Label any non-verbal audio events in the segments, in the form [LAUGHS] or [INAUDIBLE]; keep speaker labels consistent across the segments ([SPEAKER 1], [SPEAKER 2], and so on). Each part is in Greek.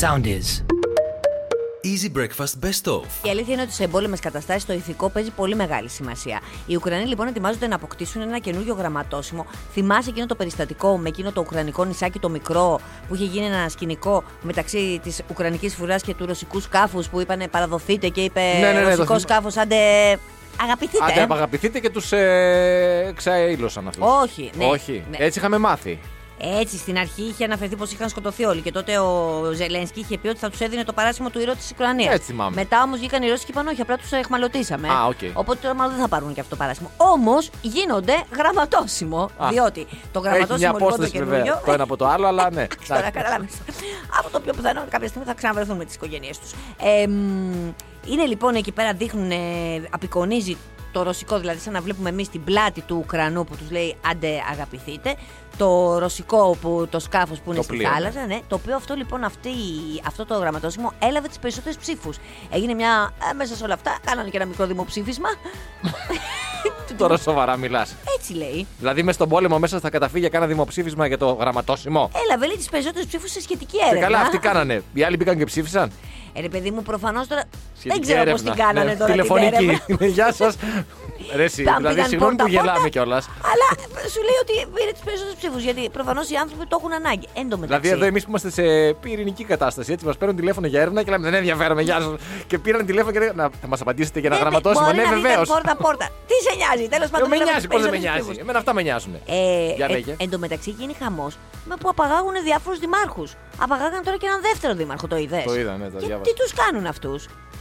[SPEAKER 1] Sound is.
[SPEAKER 2] Easy Breakfast Best Of.
[SPEAKER 3] Η αλήθεια είναι ότι σε εμπόλεμες καταστάσεις το ηθικό παίζει πολύ μεγάλη σημασία. Οι Ουκρανοί λοιπόν ετοιμάζονται να αποκτήσουν ένα καινούριο γραμματόσημο. Θυμάσαι εκείνο το περιστατικό με εκείνο το ουκρανικό νησάκι το μικρό που είχε γίνει ένα σκηνικό μεταξύ της Ουκρανικής φουρά και του ρωσικού σκάφους που είπανε παραδοθείτε και είπε
[SPEAKER 4] Ναι, ναι, ναι, το
[SPEAKER 3] ρωσικός
[SPEAKER 4] θυμάμαι.
[SPEAKER 3] σκάφος άντε. Αγαπηθείτε.
[SPEAKER 4] Άντε,
[SPEAKER 3] ε».
[SPEAKER 4] απαγαπηθείτε και τους ε, ξαήλωσαν αυτούς.
[SPEAKER 3] Όχι, ναι,
[SPEAKER 4] Όχι.
[SPEAKER 3] ναι.
[SPEAKER 4] Έτσι είχαμε μάθει.
[SPEAKER 3] Έτσι, στην αρχή είχε αναφερθεί πως είχαν σκοτωθεί όλοι και τότε ο Ζελένσκι είχε πει ότι θα τους έδινε το παράσημο του ήρωα τη Ουκρανία.
[SPEAKER 4] Έτσι θυμάμαι.
[SPEAKER 3] Μετά όμως βγήκαν οι Ρώσοι και είπαν όχι, απλά τους εχμαλωτήσαμε.
[SPEAKER 4] Α, οκ.
[SPEAKER 3] Οπότε τώρα μάλλον δεν θα πάρουν και αυτό το παράσημο. Όμως γίνονται γραμματόσημο.
[SPEAKER 4] Α.
[SPEAKER 3] Διότι το
[SPEAKER 4] Έχει μια
[SPEAKER 3] γραμματόσημο λοιπόν το
[SPEAKER 4] απόσταση
[SPEAKER 3] καινούριο.
[SPEAKER 4] βέβαια το ένα από το άλλο,
[SPEAKER 3] [LAUGHS]
[SPEAKER 4] αλλά ναι.
[SPEAKER 3] Τώρα καταλάβεις. Από το πιο πιθανό κάποια στιγμή θα ξαναβρεθούν με τις οικογένειές τους. είναι λοιπόν εκεί πέρα δείχνουν, ε, απεικονίζει το ρωσικό, δηλαδή σαν να βλέπουμε εμείς την πλάτη του Ουκρανού που τους λέει Άντε αγαπηθείτε. Το ρωσικό, που, το σκάφος που είναι
[SPEAKER 4] Το
[SPEAKER 3] στη
[SPEAKER 4] πλοίο, ναι.
[SPEAKER 3] θάλασσα, ναι, το οποίο αυτό λοιπόν αυτή, αυτό το γραμματόσημο έλαβε τις περισσότερες ψήφους. Έγινε μια. ε, μέσα σε όλα αυτά, κάνανε και ένα μικρό δημοψήφισμα.
[SPEAKER 4] Τώρα σοβαρά μιλάς.
[SPEAKER 3] Έτσι λέει.
[SPEAKER 4] Δηλαδή μες στον πόλεμο μέσα θα καταφύγει για κάνα δημοψήφισμα για το γραμματόσημο.
[SPEAKER 3] Έλαβε λέει τις περισσότερες ψήφους σε σχετική
[SPEAKER 4] Και
[SPEAKER 3] έρευνα.
[SPEAKER 4] Ε, καλά, αυτοί κάνανε. Οι άλλοι μπήκαν και ψήφισαν.
[SPEAKER 3] Ε, ρε παιδί μου, προφανώς τώρα.
[SPEAKER 4] Σχετική
[SPEAKER 3] δεν ξέρω πώς
[SPEAKER 4] έρευνα.
[SPEAKER 3] την κάνανε
[SPEAKER 4] Ναι,
[SPEAKER 3] τώρα. την
[SPEAKER 4] Τηλεφωνική.
[SPEAKER 3] έρευνα.
[SPEAKER 4] [LAUGHS] Ναι, Γεια σας. Ρε, εσύ,
[SPEAKER 3] Τα
[SPEAKER 4] δηλαδή,
[SPEAKER 3] πήγαν
[SPEAKER 4] συγγνώμη που
[SPEAKER 3] πόρτα-πόρτα,
[SPEAKER 4] γελάμε κιόλας.
[SPEAKER 3] Αλλά σου λέει ότι πήρε τις περισσότερες ψήφους. Γιατί προφανώς οι άνθρωποι το έχουν ανάγκη. Εν τω μεταξύ.
[SPEAKER 4] Δηλαδή, εδώ εμείς που είμαστε σε πυρηνική κατάσταση, έτσι, μας παίρνουν τηλέφωνο για έρευνα και λέμε Δεν ενδιαφέρομαι, γεια σας. Και πήραν τηλέφωνο και λέγανε «Να- Θα μας απαντήσετε για να
[SPEAKER 3] Δεν-
[SPEAKER 4] γραμματώσουμε.
[SPEAKER 3] μπορεί
[SPEAKER 4] Ναι,
[SPEAKER 3] να βγείτε
[SPEAKER 4] βεβαίω.
[SPEAKER 3] Πόρτα-πόρτα. Τι σε νοιάζει, τέλος πάντων.
[SPEAKER 4] Ε, Με
[SPEAKER 3] έλαβε
[SPEAKER 4] νοιάζει,
[SPEAKER 3] τις
[SPEAKER 4] πώς δεν με
[SPEAKER 3] περισσότερες
[SPEAKER 4] νοιάζει.
[SPEAKER 3] ψήφους.
[SPEAKER 4] Εμένα αυτά με νοιάζουν.
[SPEAKER 3] Ε,
[SPEAKER 4] Για
[SPEAKER 3] ε,
[SPEAKER 4] λέγε.
[SPEAKER 3] εν τω μεταξύ γίνει χαμός με που απαγάγουν διάφορους δημάρχους. Απαγάγαν τώρα και έναν δεύτερο δήμαρχο, το είδες.
[SPEAKER 4] Το είδα, ναι, το
[SPEAKER 3] Και
[SPEAKER 4] διάβασα.
[SPEAKER 3] τι τους κάνουν αυτούς.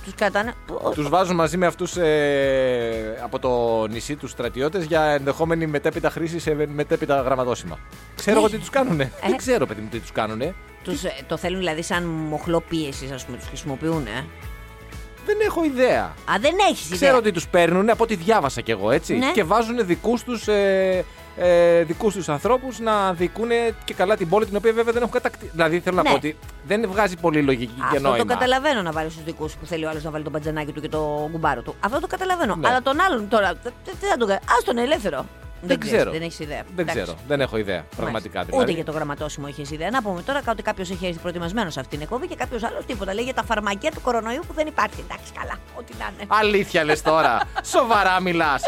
[SPEAKER 3] Του κρατάνε.
[SPEAKER 4] Τους βάζουν μαζί με αυτούς ε, από το νησί τους στρατιώτες για ενδεχόμενη μετέπειτα χρήση σε μετέπειτα γραμματόσημα. Ξέρω
[SPEAKER 3] Ε.
[SPEAKER 4] εγώ τι τους κάνουνε. Δεν ξέρω, παιδί μου, τι τους κάνουνε.
[SPEAKER 3] Τους, ε, το θέλουν δηλαδή σαν μοχλό πίεσης, ας πούμε, τους χρησιμοποιούν. Ε.
[SPEAKER 4] Δεν έχω ιδέα.
[SPEAKER 3] Α, δεν έχεις
[SPEAKER 4] Ξέρω
[SPEAKER 3] ιδέα.
[SPEAKER 4] ότι τους παίρνουν από ό,τι διάβασα κι εγώ έτσι.
[SPEAKER 3] Ναι.
[SPEAKER 4] Και βάζουν δικούς τους ε, ε, δικούς τους ανθρώπους να δικούν και καλά την πόλη την οποία βέβαια δεν έχουν κατακτήσει. Δηλαδή θέλω
[SPEAKER 3] Ναι.
[SPEAKER 4] να πω ότι δεν βγάζει πολύ λογική και
[SPEAKER 3] Αυτό το
[SPEAKER 4] νόημα.
[SPEAKER 3] καταλαβαίνω να βάλεις στου δικούς που θέλει ο άλλος να βάλει τον πατζανάκι του και το κουμπάρο του. Αυτό το καταλαβαίνω.
[SPEAKER 4] Ναι.
[SPEAKER 3] Αλλά τον άλλον τώρα. δε- δε- Τι θα τον κάνει. Ας τον ελεύθερο.
[SPEAKER 4] Δεν
[SPEAKER 3] ξέρεις,
[SPEAKER 4] ξέρω.
[SPEAKER 3] Δεν έχεις ιδέα.
[SPEAKER 4] Δεν
[SPEAKER 3] Εντάξει.
[SPEAKER 4] ξέρω. Δεν έχω ιδέα. Πραγματικά
[SPEAKER 3] Μάλιστα.
[SPEAKER 4] δηλαδή.
[SPEAKER 3] Ούτε για το γραμματόσημο είχες ιδέα. Να πούμε τώρα ότι κάποιος έχει έρθει προετοιμασμένος σε αυτήν την εκπομπή και κάποιος άλλος τίποτα. Λέει για τα φαρμακεία του κορονοϊού που δεν υπάρχει. Εντάξει, καλά. Ό,τι να είναι.
[SPEAKER 4] Αλήθεια λες
[SPEAKER 3] [LAUGHS]
[SPEAKER 4] τώρα. Σοβαρά μιλάς.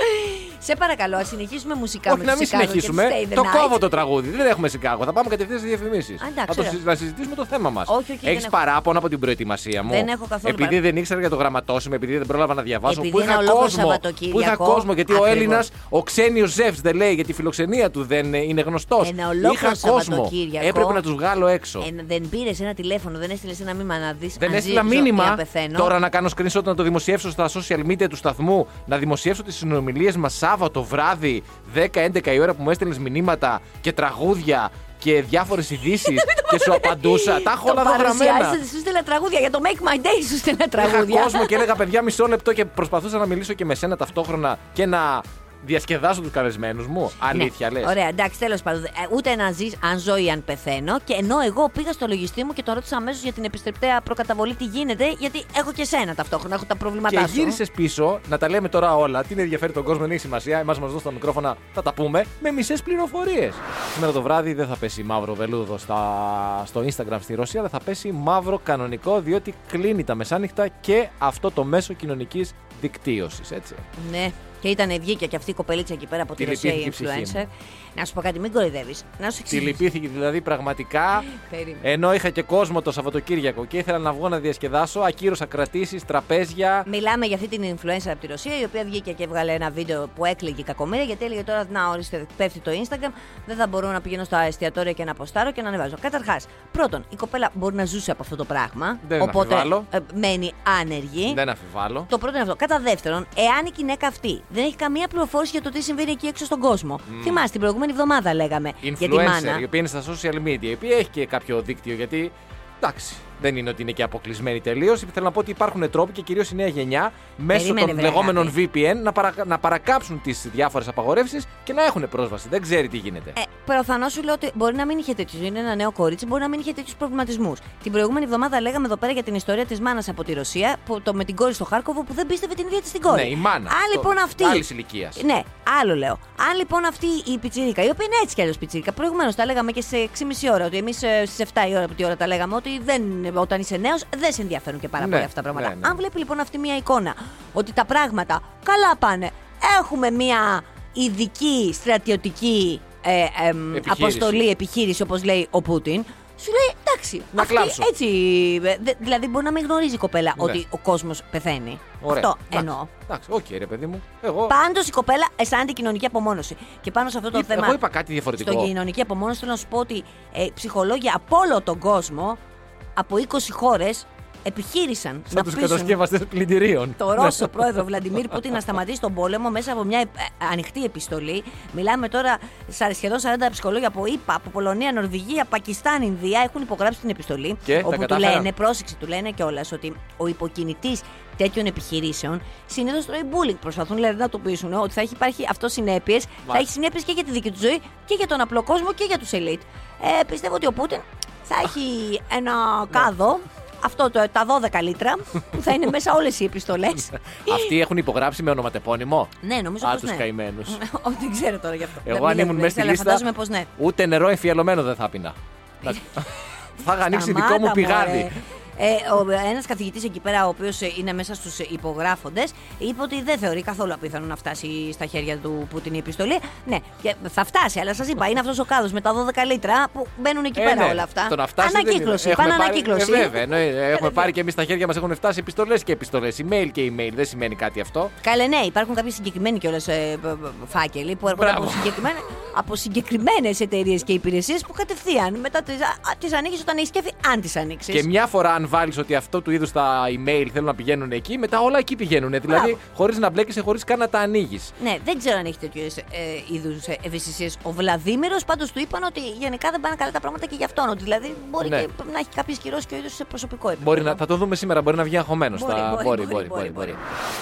[SPEAKER 3] Σε παρακαλώ, ας συνεχίσουμε μουσικά
[SPEAKER 4] Όχι,
[SPEAKER 3] με
[SPEAKER 4] να
[SPEAKER 3] τους
[SPEAKER 4] μην
[SPEAKER 3] Chicago και
[SPEAKER 4] συνεχίσουμε.
[SPEAKER 3] τους Stay the
[SPEAKER 4] Το
[SPEAKER 3] Night.
[SPEAKER 4] κόβω το τραγούδι. Δεν έχουμε Σικάγο. Θα πάμε κατευθείαν στις διαφημίσεις.
[SPEAKER 3] Α, εντάξει, ωραία.
[SPEAKER 4] Να συζητήσουμε το θέμα μας.
[SPEAKER 3] Όχι, όχι, δεν
[SPEAKER 4] Έχει
[SPEAKER 3] έχω.
[SPEAKER 4] παράπονα από την προετοιμασία μου.
[SPEAKER 3] Δεν έχω καθόλου
[SPEAKER 4] Επειδή
[SPEAKER 3] παράπονα.
[SPEAKER 4] δεν ήξερα για το γραμματόσημο, επειδή δεν πρόλαβα να διαβάσω.
[SPEAKER 3] Επειδή
[SPEAKER 4] Πού
[SPEAKER 3] είναι
[SPEAKER 4] είχα
[SPEAKER 3] ολόκληρο
[SPEAKER 4] κόσμο. Πού είχα
[SPEAKER 3] Σαββατοκύριακο.
[SPEAKER 4] κόσμο. Γιατί ο
[SPEAKER 3] Ακριβώς.
[SPEAKER 4] Έλληνας, ο ξένιος ζεύς δεν λέει για τη φιλοξενία του δεν ε, είναι γνωστός.
[SPEAKER 3] Ένα ολόκληρο
[SPEAKER 4] Είχα κόσμο.
[SPEAKER 3] Σαββατοκύριακο.
[SPEAKER 4] Έπρεπε να τους βγάλω έξω.
[SPEAKER 3] Ε, δεν πήρες ένα τηλέφωνο, δεν έστειλες ένα μήνυμα να δεις.
[SPEAKER 4] Δεν έστειλα μήνυμα
[SPEAKER 3] Πεθαίνω.
[SPEAKER 4] τώρα να κάνω screenshot να το δημοσιεύσω στα social media του σταθμού, να δημοσιεύσω τις συνομιλίες μας Σάββατο βράδυ 10-11 η ώρα που μου έστελνε μηνύματα και τραγούδια και διάφορες
[SPEAKER 3] [LAUGHS]
[SPEAKER 4] ειδήσεις και σου απαντούσα. Τα έχω όλα εδώ γραμμένα.
[SPEAKER 3] παρουσιάζετε, σου στείλα τραγούδια για το Make My Day, σου στείλα
[SPEAKER 4] Είχα
[SPEAKER 3] τραγούδια.
[SPEAKER 4] κόσμο και έλεγα παιδιά μισό λεπτό και προσπαθούσα να μιλήσω και με σένα ταυτόχρονα και να διασκεδάσω τους καλεσμένους μου. Αλήθεια
[SPEAKER 3] ναι.
[SPEAKER 4] λες.
[SPEAKER 3] Ωραία, εντάξει, τέλος πάντων. Ε, Ούτε να ζεις αν ζω ή αν πεθαίνω. Και ενώ εγώ πήγα στο λογιστή μου και τον ρώτησα αμέσως για την επιστρεπτέα προκαταβολή τι γίνεται, γιατί έχω και σένα ταυτόχρονα, έχω τα προβλήματά
[SPEAKER 4] Και
[SPEAKER 3] σου.
[SPEAKER 4] γύρισες πίσω, να τα λέμε τώρα όλα. Τι ενδιαφέρει τον κόσμο, δεν έχει σημασία. Εμάς μας δώσουν τα μικρόφωνα, θα τα πούμε με μισές πληροφορίες. Σήμερα το βράδυ δεν θα πέσει μαύρο βελούδο στα... στο Instagram στη Ρωσία, αλλά θα πέσει μαύρο κανονικό, διότι κλείνει τα μεσάνυχτα και αυτό το μέσο κοινωνικής δικτύωσης. Έτσι.
[SPEAKER 3] Ναι. Και ήταν βγήκε και αυτή η κοπελίτσα εκεί πέρα από τη
[SPEAKER 4] Τη
[SPEAKER 3] Ρωσία, η
[SPEAKER 4] λυπήθηκε η ψυχή
[SPEAKER 3] influencer. Να σου πω κάτι, μην κοροϊδεύεις. Να σου
[SPEAKER 4] Τη
[SPEAKER 3] εξηγήσω.
[SPEAKER 4] λυπήθηκε δηλαδή πραγματικά.
[SPEAKER 3] Περίμενε.
[SPEAKER 4] Ε, Ενώ είχα και κόσμο το Σαββατοκύριακο και ήθελα να βγω να διασκεδάσω, ακύρωσα κρατήσεις, τραπέζια.
[SPEAKER 3] Μιλάμε για αυτή την influencer από τη Ρωσία, η οποία βγήκε και έβγαλε ένα βίντεο που έκλαιγε κακομοίρα, γιατί έλεγε τώρα να ορίστε, πέφτει το Instagram, δεν θα μπορώ να πηγαίνω στα εστιατόρια και να αποστάρω και να ανεβάζω. Καταρχάς, πρώτον, η κοπέλα μπορεί να ζούσε από αυτό το πράγμα.
[SPEAKER 4] Δεν
[SPEAKER 3] οπότε
[SPEAKER 4] αμφιβάλλω.
[SPEAKER 3] ε, μένει άνεργη.
[SPEAKER 4] Ναι. Δεν αφιβάλλω.
[SPEAKER 3] Το πρώτο είναι αυτό. Κατά δεύτερον, εάν η γυναίκα αυτή δεν έχει καμία πληροφόρηση για το τι συμβαίνει εκεί έξω στον κόσμο. Θυμάστε, την προηγούμενη εβδομάδα λέγαμε για τη
[SPEAKER 4] Mm. influencer,
[SPEAKER 3] μάνα.
[SPEAKER 4] η οποία είναι στα social media, η οποία έχει και κάποιο δίκτυο, γιατί εντάξει, δεν είναι ότι είναι και αποκλεισμένη τελείως. Θέλω να πω ότι υπάρχουν τρόποι και κυρίως η νέα γενιά μέσω
[SPEAKER 3] Περίμενε,
[SPEAKER 4] των
[SPEAKER 3] βρε,
[SPEAKER 4] λεγόμενων VPN να, παρακα- να παρακάψουν τις διάφορες απαγορεύσεις και να έχουν πρόσβαση. Δεν ξέρει τι γίνεται.
[SPEAKER 3] Ε, προφανώς σου λέω ότι μπορεί να μην είχε τέτοιους. Είναι ένα νέο κορίτσι, μπορεί να μην είχε τέτοιους προβληματισμούς. Την προηγούμενη εβδομάδα λέγαμε εδώ πέρα για την ιστορία της μάνας από τη Ρωσία, που, το, με την κόρη στο Χάρκοβο που δεν πίστευε την ίδια της την κόρη.
[SPEAKER 4] Ναι, η μάνα.
[SPEAKER 3] Αν
[SPEAKER 4] Το-
[SPEAKER 3] λοιπόν αυτή.
[SPEAKER 4] άλλης ηλικίας.
[SPEAKER 3] Ναι, άλλο λέω. Αν λοιπόν αυτή η πιτσίρικα, η ε, οποία είναι έτσι κι αλλιώς πιτσίρικα, προηγουμένως τα λέγαμε και σε 6,5 ώρα, ότι εμείς στι 7 η ώρα που τη ώρα τα λέγαμε, ότι δεν δεν, όταν είσαι νέος, δεν σε ενδιαφέρουν και πάρα
[SPEAKER 4] Ναι,
[SPEAKER 3] πολύ αυτά τα πράγματα.
[SPEAKER 4] ναι, ναι.
[SPEAKER 3] Αν βλέπει λοιπόν αυτή μια εικόνα ότι τα πράγματα καλά πάνε, έχουμε μια ειδική στρατιωτική ε, εμ,
[SPEAKER 4] Επιχείρηση.
[SPEAKER 3] αποστολή, επιχείρηση, όπως λέει ο Πούτιν, σου λέει εντάξει,
[SPEAKER 4] Να
[SPEAKER 3] αυτή
[SPEAKER 4] κλάψω.
[SPEAKER 3] έτσι. ε, δε- δηλαδή μπορεί να μην γνωρίζει η κοπέλα
[SPEAKER 4] Ναι.
[SPEAKER 3] ότι ο κόσμος πεθαίνει.
[SPEAKER 4] Ωραία.
[SPEAKER 3] Αυτό
[SPEAKER 4] Εντάξει.
[SPEAKER 3] εννοώ.
[SPEAKER 4] Εντάξει, οκ, ρε παιδί μου. Εγώ,
[SPEAKER 3] Πάντως η κοπέλα αισθάνεται κοινωνική απομόνωση. Και πάνω σε αυτό το
[SPEAKER 4] είπα-
[SPEAKER 3] θέμα.
[SPEAKER 4] εγώ είπα κάτι διαφορετικό.
[SPEAKER 3] Στον κοινωνική απομόνωση θέλω να σου πω ότι ε, ψυχολόγοι από όλο τον κόσμο, από 20 χώρες, επιχείρησαν να
[SPEAKER 4] Σαν τους
[SPEAKER 3] πείσουν
[SPEAKER 4] κατασκευαστές πλυντηρίων. Ναι.
[SPEAKER 3] το Ρώσο πρόεδρο Βλαντιμίρ Πούτιν να σταματήσει τον πόλεμο μέσα από μια ε, ε, ανοιχτή επιστολή. Μιλάμε τώρα σα- σχεδόν 40 ψυχολόγοι από ΗΠΑ, από Πολωνία, Νορβηγία, Πακιστάν, Ινδία έχουν υπογράψει την επιστολή.
[SPEAKER 4] Και, τα
[SPEAKER 3] όπου του
[SPEAKER 4] κατάφεραν.
[SPEAKER 3] λένε, πρόσεξε, του λένε κιόλας ότι ο υποκινητής τέτοιων επιχειρήσεων συνήθως τρώει bullying. Προσπαθούν δηλαδή να του πείσουν ότι θα έχει υπάρχει αυτό συνέπειε, θα
[SPEAKER 4] Μάλιστα.
[SPEAKER 3] έχει συνέπειες και για τη δική του ζωή και για τον απλό κόσμο και για τους ελίτ. Ε, πιστεύω ότι ο Πούτιν θα έχει ένα
[SPEAKER 4] Ναι.
[SPEAKER 3] κάδο. Αυτό το, τα 12 λίτρα που θα είναι μέσα όλες οι επιστολές.
[SPEAKER 4] [LAUGHS] Αυτοί έχουν υπογράψει με ονοματεπώνυμο.
[SPEAKER 3] ναι, νομίζω
[SPEAKER 4] Α,
[SPEAKER 3] πως
[SPEAKER 4] τους
[SPEAKER 3] ναι.
[SPEAKER 4] καημένους.
[SPEAKER 3] [LAUGHS] Ω, Δεν ξέρω τώρα γι' αυτό. Δεν-
[SPEAKER 4] Εγώ
[SPEAKER 3] μην
[SPEAKER 4] αν
[SPEAKER 3] λέμε
[SPEAKER 4] ήμουν μέσα
[SPEAKER 3] τέτοια,
[SPEAKER 4] στη
[SPEAKER 3] αλλά
[SPEAKER 4] λίστα.
[SPEAKER 3] Φαντάζομαι πως ναι. Ε,
[SPEAKER 4] Ούτε νερό εμφιαλωμένο δεν θα πίνα. [LAUGHS] θα είχα ανοίξει δικό μου
[SPEAKER 3] Σταμάτα,
[SPEAKER 4] πηγάδι.
[SPEAKER 3] μωρέ. Ε, ο, ένας καθηγητής εκεί πέρα, ο οποίος ε, είναι μέσα στους ε, υπογράφοντες, είπε ότι δεν θεωρεί καθόλου απίθανο να φτάσει στα χέρια του Πούτιν η επιστολή. Ναι, και θα φτάσει, αλλά σας είπα, είναι αυτός ο κάδος με τα 12 λίτρα που μπαίνουν εκεί
[SPEAKER 4] Ε,
[SPEAKER 3] πέρα
[SPEAKER 4] ναι,
[SPEAKER 3] όλα αυτά.
[SPEAKER 4] Το να φτάσει δεν είναι.
[SPEAKER 3] ανακύκλωση,
[SPEAKER 4] Έχουμε
[SPEAKER 3] πάνε
[SPEAKER 4] πάρει-
[SPEAKER 3] ανακύκλωση.
[SPEAKER 4] Ε, βέβαια, εννοεί, έχουμε πάρει και εμείς στα χέρια μας έχουν φτάσει επιστολές και επιστολές. Email και email. Δεν σημαίνει κάτι αυτό.
[SPEAKER 3] Καλέ, ναι, υπάρχουν κάποιοι συγκεκριμένοι κιόλας ε, π- π- φάκελοι που έρχονται από
[SPEAKER 4] Μπράβο.
[SPEAKER 3] συγκεκριμένα, από συγκεκριμένες εταιρείες και υπηρεσίες που κατευθείαν μετά τις ανοίξει όταν έχει σκέφτη, αν τις ανοίξεις.
[SPEAKER 4] Και μια φορά, αν βάλεις ότι αυτό του είδους τα email θέλουν να πηγαίνουν εκεί, μετά όλα εκεί πηγαίνουν. Δηλαδή, χωρίς να μπλέκεσαι, χωρίς καν να τα ανοίγεις.
[SPEAKER 3] Ναι, δεν ξέρω αν έχει τέτοιου είδου ευαισθησίε. ε, Ο Βλαδίμηρος πάντως του είπαν ότι γενικά δεν πάνε καλά τα πράγματα και γι' αυτόν. Ότι δηλαδή μπορεί
[SPEAKER 4] Ναι.
[SPEAKER 3] και να έχει κάποιες κυρώσεις και ο ίδιο σε προσωπικό επίπεδο.
[SPEAKER 4] Μπορεί να, θα το δούμε σήμερα, μπορεί να βγει αγχωμένος.
[SPEAKER 3] Μπορεί,
[SPEAKER 4] Θα-
[SPEAKER 3] μπορεί, μπορεί, μπορεί,
[SPEAKER 4] μπορεί.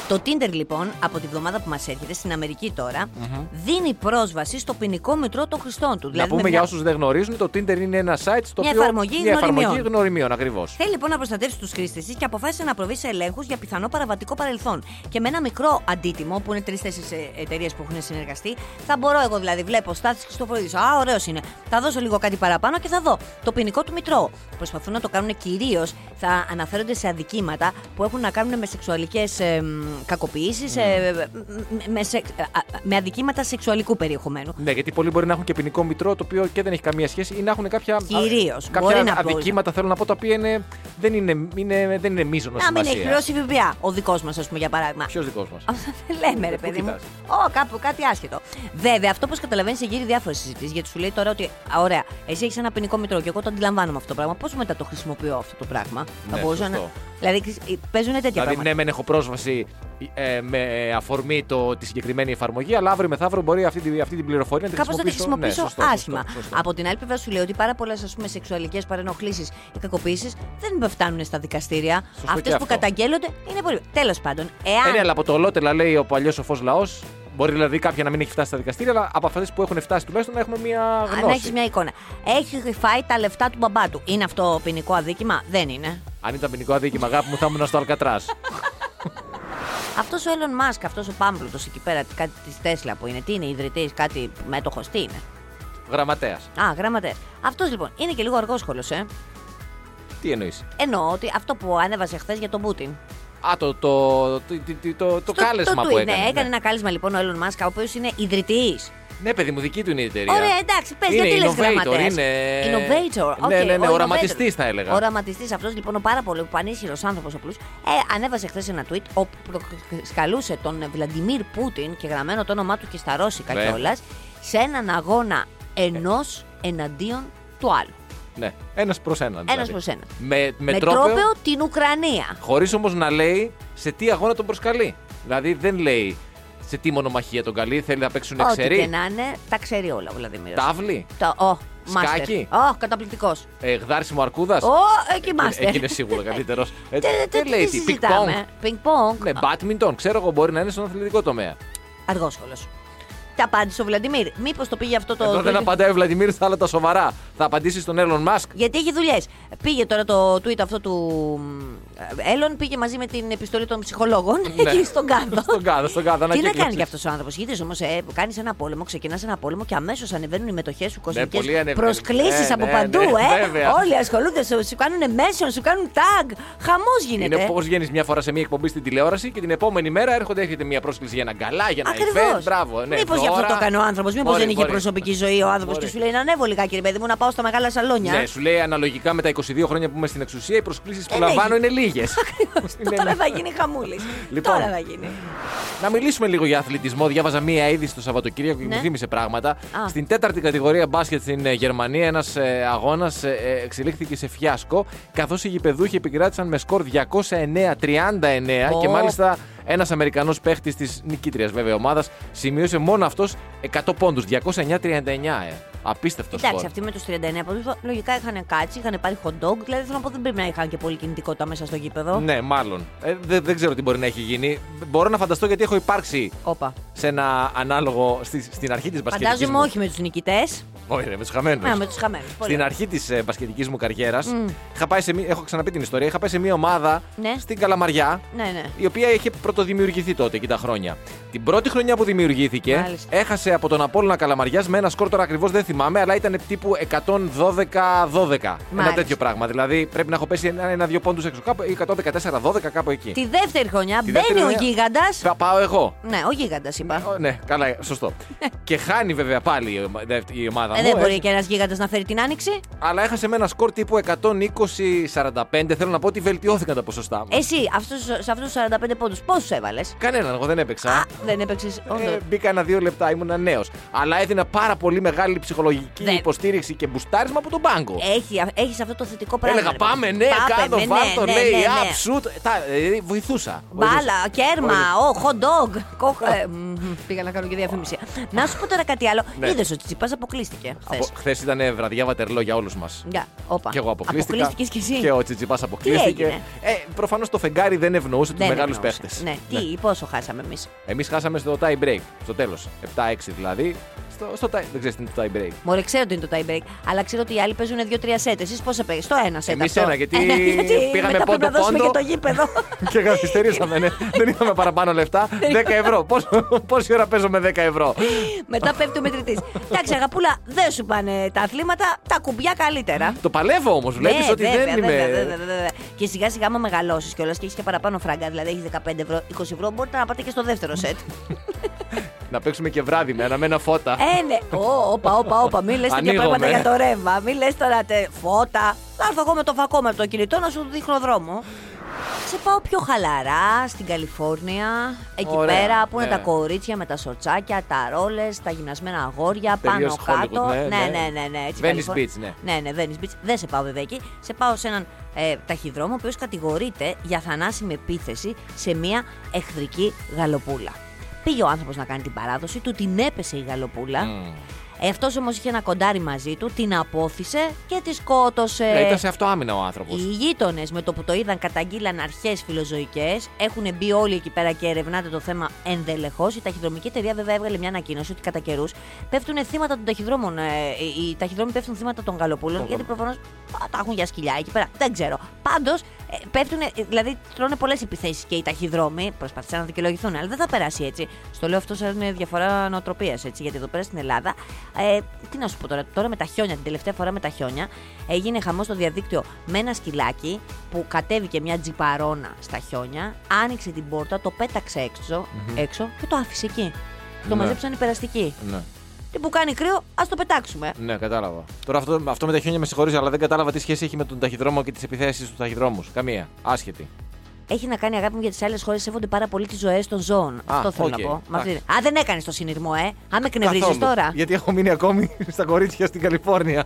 [SPEAKER 3] Το Tinder λοιπόν από τη βδομάδα που μας έρχεται στην Αμερική τώρα, δίνει πρόσβαση στο ποινικό μητρό των χρηστών του.
[SPEAKER 4] Να
[SPEAKER 3] Δηλαδή, με
[SPEAKER 4] πούμε
[SPEAKER 3] μια-
[SPEAKER 4] για όσους δεν γνωρίζουν, το Tinder είναι ένα site στο
[SPEAKER 3] Μια
[SPEAKER 4] οποίο.
[SPEAKER 3] εφαρμογή
[SPEAKER 4] μια εφαρμογή
[SPEAKER 3] γνωριμιών.
[SPEAKER 4] γνωριμιών, ακριβώς.
[SPEAKER 3] Θέλει λοιπόν να προστατεύσει τους χρήστες της και αποφάσισε να προβεί σε ελέγχους για πιθανό παραβατικό παρελθόν. Και με ένα μικρό αντίτιμο, που είναι τρει-τέσσερι εταιρείες που έχουν συνεργαστεί, θα μπορώ εγώ δηλαδή, βλέπω Στάθη Χρυστοφορίδης. Α, ωραίος είναι. Θα δώσω λίγο κάτι παραπάνω και θα δω το ποινικό του μητρό. Προσπαθούν να το κάνουν κυρίως, θα αναφέρονται σε αδικήματα που έχουν να κάνουν με σεξουαλικές κακοποιήσεις, ε, με, σεξ- ε, α, με αδικήματα σεξουαλικού περιεχομένου.
[SPEAKER 4] Ναι, γιατί πολλοί μπορεί να έχουν και ποινικό μητρό το οποίο και δεν έχει καμία σχέση ή να έχουν κάποια.
[SPEAKER 3] Κυρίως, μπορεί
[SPEAKER 4] Κάποια
[SPEAKER 3] να μπορεί.
[SPEAKER 4] αδικήματα θέλω να πω τα οποία είναι, δεν είναι, είναι, δεν είναι μείζονο
[SPEAKER 3] Να μην
[SPEAKER 4] σημασία.
[SPEAKER 3] έχει πληρώσει ΦΠΑ ο δικός μας, ας πούμε, για παράδειγμα.
[SPEAKER 4] Ποιος δικός μας.
[SPEAKER 3] Δεν λέμε, ρε
[SPEAKER 4] Ε, Πού
[SPEAKER 3] παιδί μου.
[SPEAKER 4] κοιτάς?
[SPEAKER 3] Ω, κάπου κάτι άσχετο. Βέβαια, αυτό όπω καταλαβαίνεις, σε γύρει διάφορες συζητήσεις. Γιατί σου λέει τώρα ότι, α, ωραία, εσύ έχεις ένα ποινικό μητρό και εγώ το αντιλαμβάνομαι αυτό το πράγμα. Πώς μετά το χρησιμοποιώ αυτό το πράγμα.
[SPEAKER 4] Ναι,
[SPEAKER 3] μπορούσα
[SPEAKER 4] σωστό.
[SPEAKER 3] Δηλαδή, ξέρεις, παίζουν τέτοια
[SPEAKER 4] Δηλαδή,
[SPEAKER 3] πράγματα.
[SPEAKER 4] ναι, μεν έχω πρόσβαση ε, με αφορμή το, τη συγκεκριμένη εφαρμογή, αλλά αύριο μεθαύριο μπορεί αυτή, τη- αυτή την πληροφορία να τη
[SPEAKER 3] Κάπως να τη
[SPEAKER 4] χρησιμοποιήσω.
[SPEAKER 3] χρησιμοποιήσω
[SPEAKER 4] ναι, σωστό,
[SPEAKER 3] άσχημα.
[SPEAKER 4] Σωστό, σωστό.
[SPEAKER 3] Από την άλλη πλευρά σου λέει ότι πάρα πολλές σεξουαλικές παρενοχλήσεις ή κακοποιήσει δεν φτάνουν στα δικαστήρια.
[SPEAKER 4] Σωστό και
[SPEAKER 3] Αυτές που
[SPEAKER 4] αυτό.
[SPEAKER 3] καταγγέλλονται είναι πολύ. Τέλος πάντων,
[SPEAKER 4] Ε, ναι,
[SPEAKER 3] εάν
[SPEAKER 4] αλλά από το Λότελα λέει ο παλιός σοφό λαός. Μπορεί δηλαδή κάποια να μην έχει φτάσει στα δικαστήρια, αλλά από αυτές που έχουν φτάσει τουλάχιστον να έχουμε μια γνώση.
[SPEAKER 3] Αν έχει μια εικόνα. Έχει φάει τα λεφτά του μπαμπά του. Είναι αυτό ποινικό αδίκημα, δεν είναι.
[SPEAKER 4] Αν ήταν ποινικό αδίκημα, αγάπη μου, θα ήμουν στο Αλκατράς.
[SPEAKER 3] [LAUGHS] Αυτός ο Έλλον Μάσκ, αυτός ο πάμπλουτο εκεί πέρα, κάτι της Τέσλα που είναι, τι είναι, ιδρυτής, κάτι μέτοχος, τι είναι.
[SPEAKER 4] Γραμματέας.
[SPEAKER 3] Α, γραμματέας. Αυτός λοιπόν είναι και λίγο αργόσχολος, ε.
[SPEAKER 4] Τι εννοείς.
[SPEAKER 3] Εννοώ ότι αυτό που ανέβασε χθες για τον Πούτιν.
[SPEAKER 4] Α, το, το, το, το, το, το
[SPEAKER 3] Στο-
[SPEAKER 4] κάλεσμα
[SPEAKER 3] το
[SPEAKER 4] που
[SPEAKER 3] tweet,
[SPEAKER 4] έκανε.
[SPEAKER 3] Ναι, έκανε ένα κάλεσμα λοιπόν ο Έλλον Μάσκ, ο οποίος είναι ιδρυτής.
[SPEAKER 4] Ναι, παιδί μου, δική του είναι η εταιρεία.
[SPEAKER 3] Ωραία, εντάξει, πες,
[SPEAKER 4] Είναι
[SPEAKER 3] γιατί λες
[SPEAKER 4] innovator,
[SPEAKER 3] γραμματέας.
[SPEAKER 4] είναι-
[SPEAKER 3] Innovator,
[SPEAKER 4] Ναι,
[SPEAKER 3] οκ,
[SPEAKER 4] ναι, ναι,
[SPEAKER 3] ο
[SPEAKER 4] οραματιστής
[SPEAKER 3] innovator.
[SPEAKER 4] θα έλεγα.
[SPEAKER 3] Οραματιστής αυτός λοιπόν, ο πάρα πολύ πανίσχυρος άνθρωπος ο πλούς, ε, ανέβασε χθες ένα tweet όπου προσκαλούσε τον Βλαντιμίρ Πούτιν και γραμμένο το όνομά του και στα ρώσικα
[SPEAKER 4] Βέβαια.
[SPEAKER 3] κιόλας σε έναν αγώνα ενός εναντίον του άλλου.
[SPEAKER 4] Ναι, ένας προς έναν. δηλαδή.
[SPEAKER 3] Ένας προς έναν.
[SPEAKER 4] Με, με,
[SPEAKER 3] Με
[SPEAKER 4] τρόπαιο,
[SPEAKER 3] τρόπαιο την Ουκρανία.
[SPEAKER 4] χωρίς όμως να λέει σε τι αγώνα τον προσκαλεί. Δηλαδή δεν λέει σε τι μονομαχία τον καλεί, θέλει να παίξουν
[SPEAKER 3] Ό,τι και
[SPEAKER 4] εξαιρεί.
[SPEAKER 3] να είναι, τα ξέρει όλα ο Βλαντιμίρ.
[SPEAKER 4] Τάβλη,
[SPEAKER 3] Το, ο, μάστερ.
[SPEAKER 4] Σκάκι.
[SPEAKER 3] Ο, καταπληκτικός.
[SPEAKER 4] ε, γδάρσιμο αρκούδας.
[SPEAKER 3] Ο, εκεί μάστερ.
[SPEAKER 4] Εκεί ε, είναι
[SPEAKER 3] [LAUGHS]
[SPEAKER 4] Ε, σίγουρα καλύτερο.
[SPEAKER 3] Τι λέει, τι συζητάμε. Πινκ-πονγκ.
[SPEAKER 4] Ναι, μπάτμιντον, ξέρω εγώ μπορεί να είναι στον αθλητικό τομέα.
[SPEAKER 3] Αργόσχολος. Τα απάντησε ο Βλαντιμίρ. Μήπως το πήγε αυτό το.
[SPEAKER 4] Εδώ
[SPEAKER 3] το-
[SPEAKER 4] δεν Ε, απαντάει ο Βλαντιμίρ στα άλλα τα σοβαρά. Θα απαντήσει στον Έλλον Μάσκ.
[SPEAKER 3] Γιατί έχει δουλειές. Πήγε τώρα το tweet αυτό του ε, Έλλον, πήγε μαζί με την επιστολή των ψυχολόγων
[SPEAKER 4] Ναι.
[SPEAKER 3] εκεί στον κάδο.
[SPEAKER 4] Στον κάδο, στον κάδο,
[SPEAKER 3] Τι να
[SPEAKER 4] ανακύκλωση.
[SPEAKER 3] κάνει και αυτός ο άνθρωπος. Γιατί όμως ε, κάνεις ένα πόλεμο, ξεκινάς ένα πόλεμο και αμέσως ανεβαίνουν οι μετοχές σου κοσμικέ.
[SPEAKER 4] Ναι, πολύ ανεβαίνουν.
[SPEAKER 3] Προσκλήσεις
[SPEAKER 4] Ναι,
[SPEAKER 3] από
[SPEAKER 4] ναι,
[SPEAKER 3] παντού,
[SPEAKER 4] ναι,
[SPEAKER 3] ε.
[SPEAKER 4] βέβαια.
[SPEAKER 3] Όλοι ασχολούνται, σου, σου κάνουν mention, σου κάνουν tag. Χαμός γίνεται. ε.
[SPEAKER 4] Είναι πώ βγαίνεις μια φορά σε μια εκπομπή στην τηλεόραση και την επόμενη μέρα έρχονται, έρχεται μια πρόσκληση για ένα γκαλά, για ένα
[SPEAKER 3] Ακριβώς.
[SPEAKER 4] event. Μπράβο. Ναι,
[SPEAKER 3] Μήπως γι' αυτό
[SPEAKER 4] δώρα.
[SPEAKER 3] το έκανε ο άνθρωπος. Μήπως
[SPEAKER 4] Μπορεί,
[SPEAKER 3] δεν είχε
[SPEAKER 4] μπορεί.
[SPEAKER 3] προσωπική ζωή ο άνθρωπος
[SPEAKER 4] Μπορεί.
[SPEAKER 3] και σου λέει να ανέβω λιγάκι, κύριε παιδί μου, να πάω στα μεγάλα σαλόνια.
[SPEAKER 4] Ναι, σου λέει αναλογικά με τα 22 χρόνια που είμαι στην εξουσία, οι προσκλήσεις που
[SPEAKER 3] Ε, ναι.
[SPEAKER 4] λαμβάνω είναι λίγες.
[SPEAKER 3] [LAUGHS] Τώρα θα γίνει χαμούλης.
[SPEAKER 4] Λοιπόν.
[SPEAKER 3] Τώρα θα γίνει.
[SPEAKER 4] Να μιλήσουμε λίγο για αθλητισμό. Διάβαζα μία είδηση το Σαββατοκύριακο και
[SPEAKER 3] Ναι.
[SPEAKER 4] μου θύμισε πράγματα.
[SPEAKER 3] Α.
[SPEAKER 4] Στην τέταρτη κατηγορία μπάσκετ στην ε, Γερμανία, ε, ένα αγώνα εξελίχθηκε σε φιάσκο, καθώς οι γηπεδούχοι επικράτησαν με σκορ 209-39
[SPEAKER 3] Ω.
[SPEAKER 4] και μάλιστα ένας Αμερικανός παίχτης της νικήτριας βέβαια ομάδας σημείωσε μόνο αυτός 100 πόντου. 209-39. Ε. Απίστευτος
[SPEAKER 3] Κοιτάξτε,
[SPEAKER 4] σκορ.
[SPEAKER 3] αυτοί με τους 39 πόντου λογικά είχαν κάτσει, είχαν πάρει hot dog. Δηλαδή θέλω να πω δεν πρέπει να είχαν και πολύ κινητικότητα μέσα στο γήπεδο.
[SPEAKER 4] Ναι, μάλλον. Ε, δεν, δεν ξέρω τι μπορεί να έχει γίνει. Μπορώ να φανταστώ γιατί έχω υπάρξει
[SPEAKER 3] Όπα.
[SPEAKER 4] σε ένα ανάλογο στη- στην αρχή της μπασκετικής
[SPEAKER 3] Φαντάζομαι
[SPEAKER 4] μου.
[SPEAKER 3] όχι με τους νικητές.
[SPEAKER 4] Όχι, ρε, με τους χαμένους.
[SPEAKER 3] Ναι, με τους χαμένους.
[SPEAKER 4] Στην αρχή της ε, μπασκετικής μου καριέρας, είχα πάει σε, μία- έχω ξαναπεί την ιστορία, είχα πάει σε μια ομάδα
[SPEAKER 3] Ναι.
[SPEAKER 4] στην Καλαμαριά,
[SPEAKER 3] Ναι, ναι.
[SPEAKER 4] η οποία είχε πρωτοδημιουργηθεί τότε εκεί τα χρόνια. Την πρώτη χρονιά που δημιουργήθηκε,
[SPEAKER 3] Μάλιστα.
[SPEAKER 4] έχασε από τον Απόλλωνα Καλαμαριάς με ένα σκορ τώρα ακριβώς δεν θυμάμαι, αλλά ήταν τύπου 112-12. Ένα
[SPEAKER 3] Μάλιστα.
[SPEAKER 4] τέτοιο πράγμα. Δηλαδή πρέπει να έχω πέσει ένα- ένα-δύο πόντους έξω κάπου ή 114-12 κάπου εκεί.
[SPEAKER 3] Τη δεύτερη χρονιά
[SPEAKER 4] Τη
[SPEAKER 3] μπαίνει
[SPEAKER 4] δεύτερη
[SPEAKER 3] ο
[SPEAKER 4] χρονιά-
[SPEAKER 3] γίγαντας.
[SPEAKER 4] Θα πάω εγώ.
[SPEAKER 3] Ναι, ο γίγαντας είπα.
[SPEAKER 4] Ω, Ναι, καλά, σωστό. και χάνει βέβαια πάλι η ομα- η ομάδα
[SPEAKER 3] Ε,
[SPEAKER 4] μου.
[SPEAKER 3] δεν μπορεί
[SPEAKER 4] έτσι.
[SPEAKER 3] και ένας γίγαντας να φέρει την άνοιξη.
[SPEAKER 4] Αλλά έχασε με ένα σκορ τύπου 120-45. Θέλω να πω ότι βελτιώθηκαν τα ποσοστά μου.
[SPEAKER 3] Εσύ αυτούς, σε αυτούς τους 45 πόντους πόσους έβαλες.
[SPEAKER 4] Κανέναν, εγώ δεν έπαιξα.
[SPEAKER 3] Δεν έπαιξες.
[SPEAKER 4] Ε, μπήκα ένα-δύο λεπτά, ήμουν νέος. Αλλά έδινα πάρα πολύ μεγάλη ψυχολογική
[SPEAKER 3] Δεν-
[SPEAKER 4] υποστήριξη και μπουστάρισμα από τον πάγκο.
[SPEAKER 3] Έχει, έχεις αυτό το θετικό πράγμα.
[SPEAKER 4] Έλεγα
[SPEAKER 3] ρε παιδί.
[SPEAKER 4] πάμε, ναι,
[SPEAKER 3] Ε, Πάμε,
[SPEAKER 4] κάτω,
[SPEAKER 3] ναι,
[SPEAKER 4] βάρτο,
[SPEAKER 3] ναι,
[SPEAKER 4] λέει,
[SPEAKER 3] ναι, ναι.
[SPEAKER 4] up, shoot. Τα, ε, βοηθούσα.
[SPEAKER 3] Μπάλα, κέρμα, ο,
[SPEAKER 4] Βοηθούσα.
[SPEAKER 3] hot dog. κόχ- ε, μμμ, Πήγα να κάνω και διαφήμιση. Να σου πω τώρα κάτι άλλο.
[SPEAKER 4] Ναι.
[SPEAKER 3] Είδες ότι Τσιπάς αποκλείστηκε χθες.
[SPEAKER 4] Χθες ήταν βραδιά βατερλό για όλους μας.
[SPEAKER 3] Για, όπα.
[SPEAKER 4] Και εγώ αποκλείστηκα.
[SPEAKER 3] Αποκλείστηκες κι εσύ.
[SPEAKER 4] Και ο Τσιτσιπάς αποκλείστηκε.
[SPEAKER 3] έγινε?
[SPEAKER 4] Ε, Προφανώς το φεγγάρι δεν ευνοούσε τους
[SPEAKER 3] Δεν
[SPEAKER 4] μεγάλους
[SPEAKER 3] εννοούσα.
[SPEAKER 4] παίχτες.
[SPEAKER 3] Ναι, τι, πόσο χάσαμε εμείς.
[SPEAKER 4] Εμείς χάσαμε στο tie break. Στο τέλος. 7-6 δηλαδή. Στο, στο tie... Δεν ξέρεις τι είναι το tie break.
[SPEAKER 3] Μωρέ, ξέρω ότι είναι το tie break, αλλά ξέρω ότι οι άλλοι παίζουν δύο-τρία σετ. Εσείς πόσα παίζει, το ένα σετ.
[SPEAKER 4] Εμείς
[SPEAKER 3] αυτό. Ε, ναι,
[SPEAKER 4] ένα, γιατί πήγαμε
[SPEAKER 3] μετά πρέπει να
[SPEAKER 4] πόντο-πόντο.
[SPEAKER 3] δώσουμε και το γήπεδο. [LAUGHS]
[SPEAKER 4] και καθυστερήσαμε, ναι. δεν είχαμε παραπάνω λεφτά. 10 ευρώ. Πόσο- πόση ώρα παίζω με 10 ευρώ.
[SPEAKER 3] μετά πέφτει ο μετρητής. Εντάξει, αγαπούλα, δεν σου πάνε τα αθλήματα, τα κουμπιά καλύτερα.
[SPEAKER 4] Το παλεύω όμως. Βλέπει
[SPEAKER 3] Ναι,
[SPEAKER 4] ότι
[SPEAKER 3] βέβαια,
[SPEAKER 4] δεν είμαι.
[SPEAKER 3] βέβαια, βέβαια, βέβαια. Και σιγά σιγά άμα μεγαλώσεις κιόλας και έχεις και παραπάνω φράγκα, δηλαδή έχεις 15 ευρώ, 20 ευρώ, μπορείτε να πάτε και στο δεύτερο
[SPEAKER 4] [LAUGHS]
[SPEAKER 3] σετ.
[SPEAKER 4] Να παίξουμε και βράδυ με αναμένα φώτα.
[SPEAKER 3] ε, ναι. Ω, όπα, όπα, όπα. Μην λες τέτοια
[SPEAKER 4] Ανοίγομαι.
[SPEAKER 3] πράγματα για το ρεύμα. Μην λες τώρα τε, φώτα. Θα έρθω εγώ με το φακό με το κινητό να σου δείχνω δρόμο. Σε πάω πιο χαλαρά στην Καλιφόρνια, εκεί
[SPEAKER 4] Ωραία,
[SPEAKER 3] πέρα που είναι
[SPEAKER 4] ναι.
[SPEAKER 3] τα κορίτσια με τα σορτσάκια, τα ρόλες, τα γυμνασμένα αγόρια,
[SPEAKER 4] Τελείως
[SPEAKER 3] πάνω
[SPEAKER 4] Hollywood,
[SPEAKER 3] κάτω.
[SPEAKER 4] ναι,
[SPEAKER 3] ναι,
[SPEAKER 4] ναι.
[SPEAKER 3] ναι, ναι, ναι, έτσι,
[SPEAKER 4] Venice
[SPEAKER 3] Καλιφόρ-
[SPEAKER 4] Beach, ναι.
[SPEAKER 3] ναι, ναι, Venice Beach. Δεν σε πάω βέβαια εκεί. Σε πάω σε έναν ε, ταχυδρόμο ο οποίος κατηγορείται για θανάσιμη επίθεση σε μια εχθρική γαλοπούλα. Πήγε ο άνθρωπος να κάνει την παράδοση του, την έπεσε η γαλοπούλα. Mm. Αυτός όμως είχε ένα κοντάρι μαζί του, την απόθυσε και τη σκότωσε.
[SPEAKER 4] Ε, ήταν σε αυτό άμυνα ο άνθρωπος.
[SPEAKER 3] Οι γείτονες με το που το είδαν καταγγείλαν αρχές φιλοζωικές. Έχουν μπει όλοι εκεί πέρα και ερευνάται το θέμα ενδελεχώς. Η ταχυδρομική εταιρεία βέβαια έβγαλε μια ανακοίνωση ότι κατά καιρούς πέφτουν θύματα των ταχυδρόμων. ε, οι- οι ταχυδρόμοι πέφτουν θύματα των γαλοπούλων,
[SPEAKER 4] Των
[SPEAKER 3] γιατί προφανώ τα έχουν για σκυλιά εκεί πέρα. Δεν ξέρω. Πάντως πέφτουν, δηλαδή τρώνε πολλές επιθέσεις και οι ταχυδρόμοι προσπαθήσαν να δικαιολογηθούν, αλλά δεν θα περάσει έτσι. Στο λέω αυτό σαν ε, διαφορά νοοτροπίας, έτσι, γιατί εδώ πέρα στην Ελλάδα. Ε, τι να σου πω τώρα, τώρα με τα χιόνια, την τελευταία φορά με τα χιόνια, έγινε χαμός στο διαδίκτυο με ένα σκυλάκι που κατέβηκε μια τζιπαρώνα στα χιόνια, άνοιξε την πόρτα, το πέταξε έξω, έξω και το άφησε εκεί. Το
[SPEAKER 4] Ναι.
[SPEAKER 3] μαζέψαν οι περαστικοί.
[SPEAKER 4] Ναι.
[SPEAKER 3] Τι που κάνει κρύο, ας το πετάξουμε.
[SPEAKER 4] Ναι, κατάλαβα. Τώρα αυτό, αυτό με τα χιόνια με συγχωρείς, αλλά δεν κατάλαβα τι σχέση έχει με τον ταχυδρόμο και τις επιθέσεις του ταχυδρόμους. Καμία. Άσχετη.
[SPEAKER 3] Έχει να κάνει αγάπη μου γιατί σε άλλες χώρες σέβονται πάρα πολύ τις ζωές των ζώων. Αυτό θέλω
[SPEAKER 4] οκ.
[SPEAKER 3] να πω. Με αυτή-
[SPEAKER 4] Εντάξει.
[SPEAKER 3] Α, δεν έκανες το συνειρμό, ε. Α, με κνευρίζει
[SPEAKER 4] Καθόλου.
[SPEAKER 3] τώρα.
[SPEAKER 4] Γιατί έχω μείνει ακόμη στα κορίτσια στην Καλιφόρνια.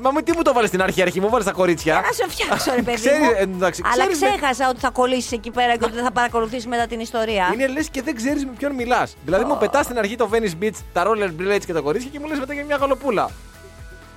[SPEAKER 4] Μα με τι μου το βάλες στην αρχή, αρχή μου βάλες στα κορίτσια.
[SPEAKER 3] Να σε φτιάξω, ρε παιδί.
[SPEAKER 4] Ξέρεις, ε,
[SPEAKER 3] μου.
[SPEAKER 4] εντάξει,
[SPEAKER 3] Αλλά
[SPEAKER 4] ξέρεις με-
[SPEAKER 3] ξέχασα ότι θα κολλήσεις εκεί πέρα και ότι δεν θα παρακολουθήσει μετά την ιστορία.
[SPEAKER 4] Είναι λες και δεν ξέρεις με ποιον μιλάς. Δηλαδή μου πετάς στην αρχή το Venice Beach, τα roller blades και τα κορίτσια και μου λες μετά για μια γαλοπούλα.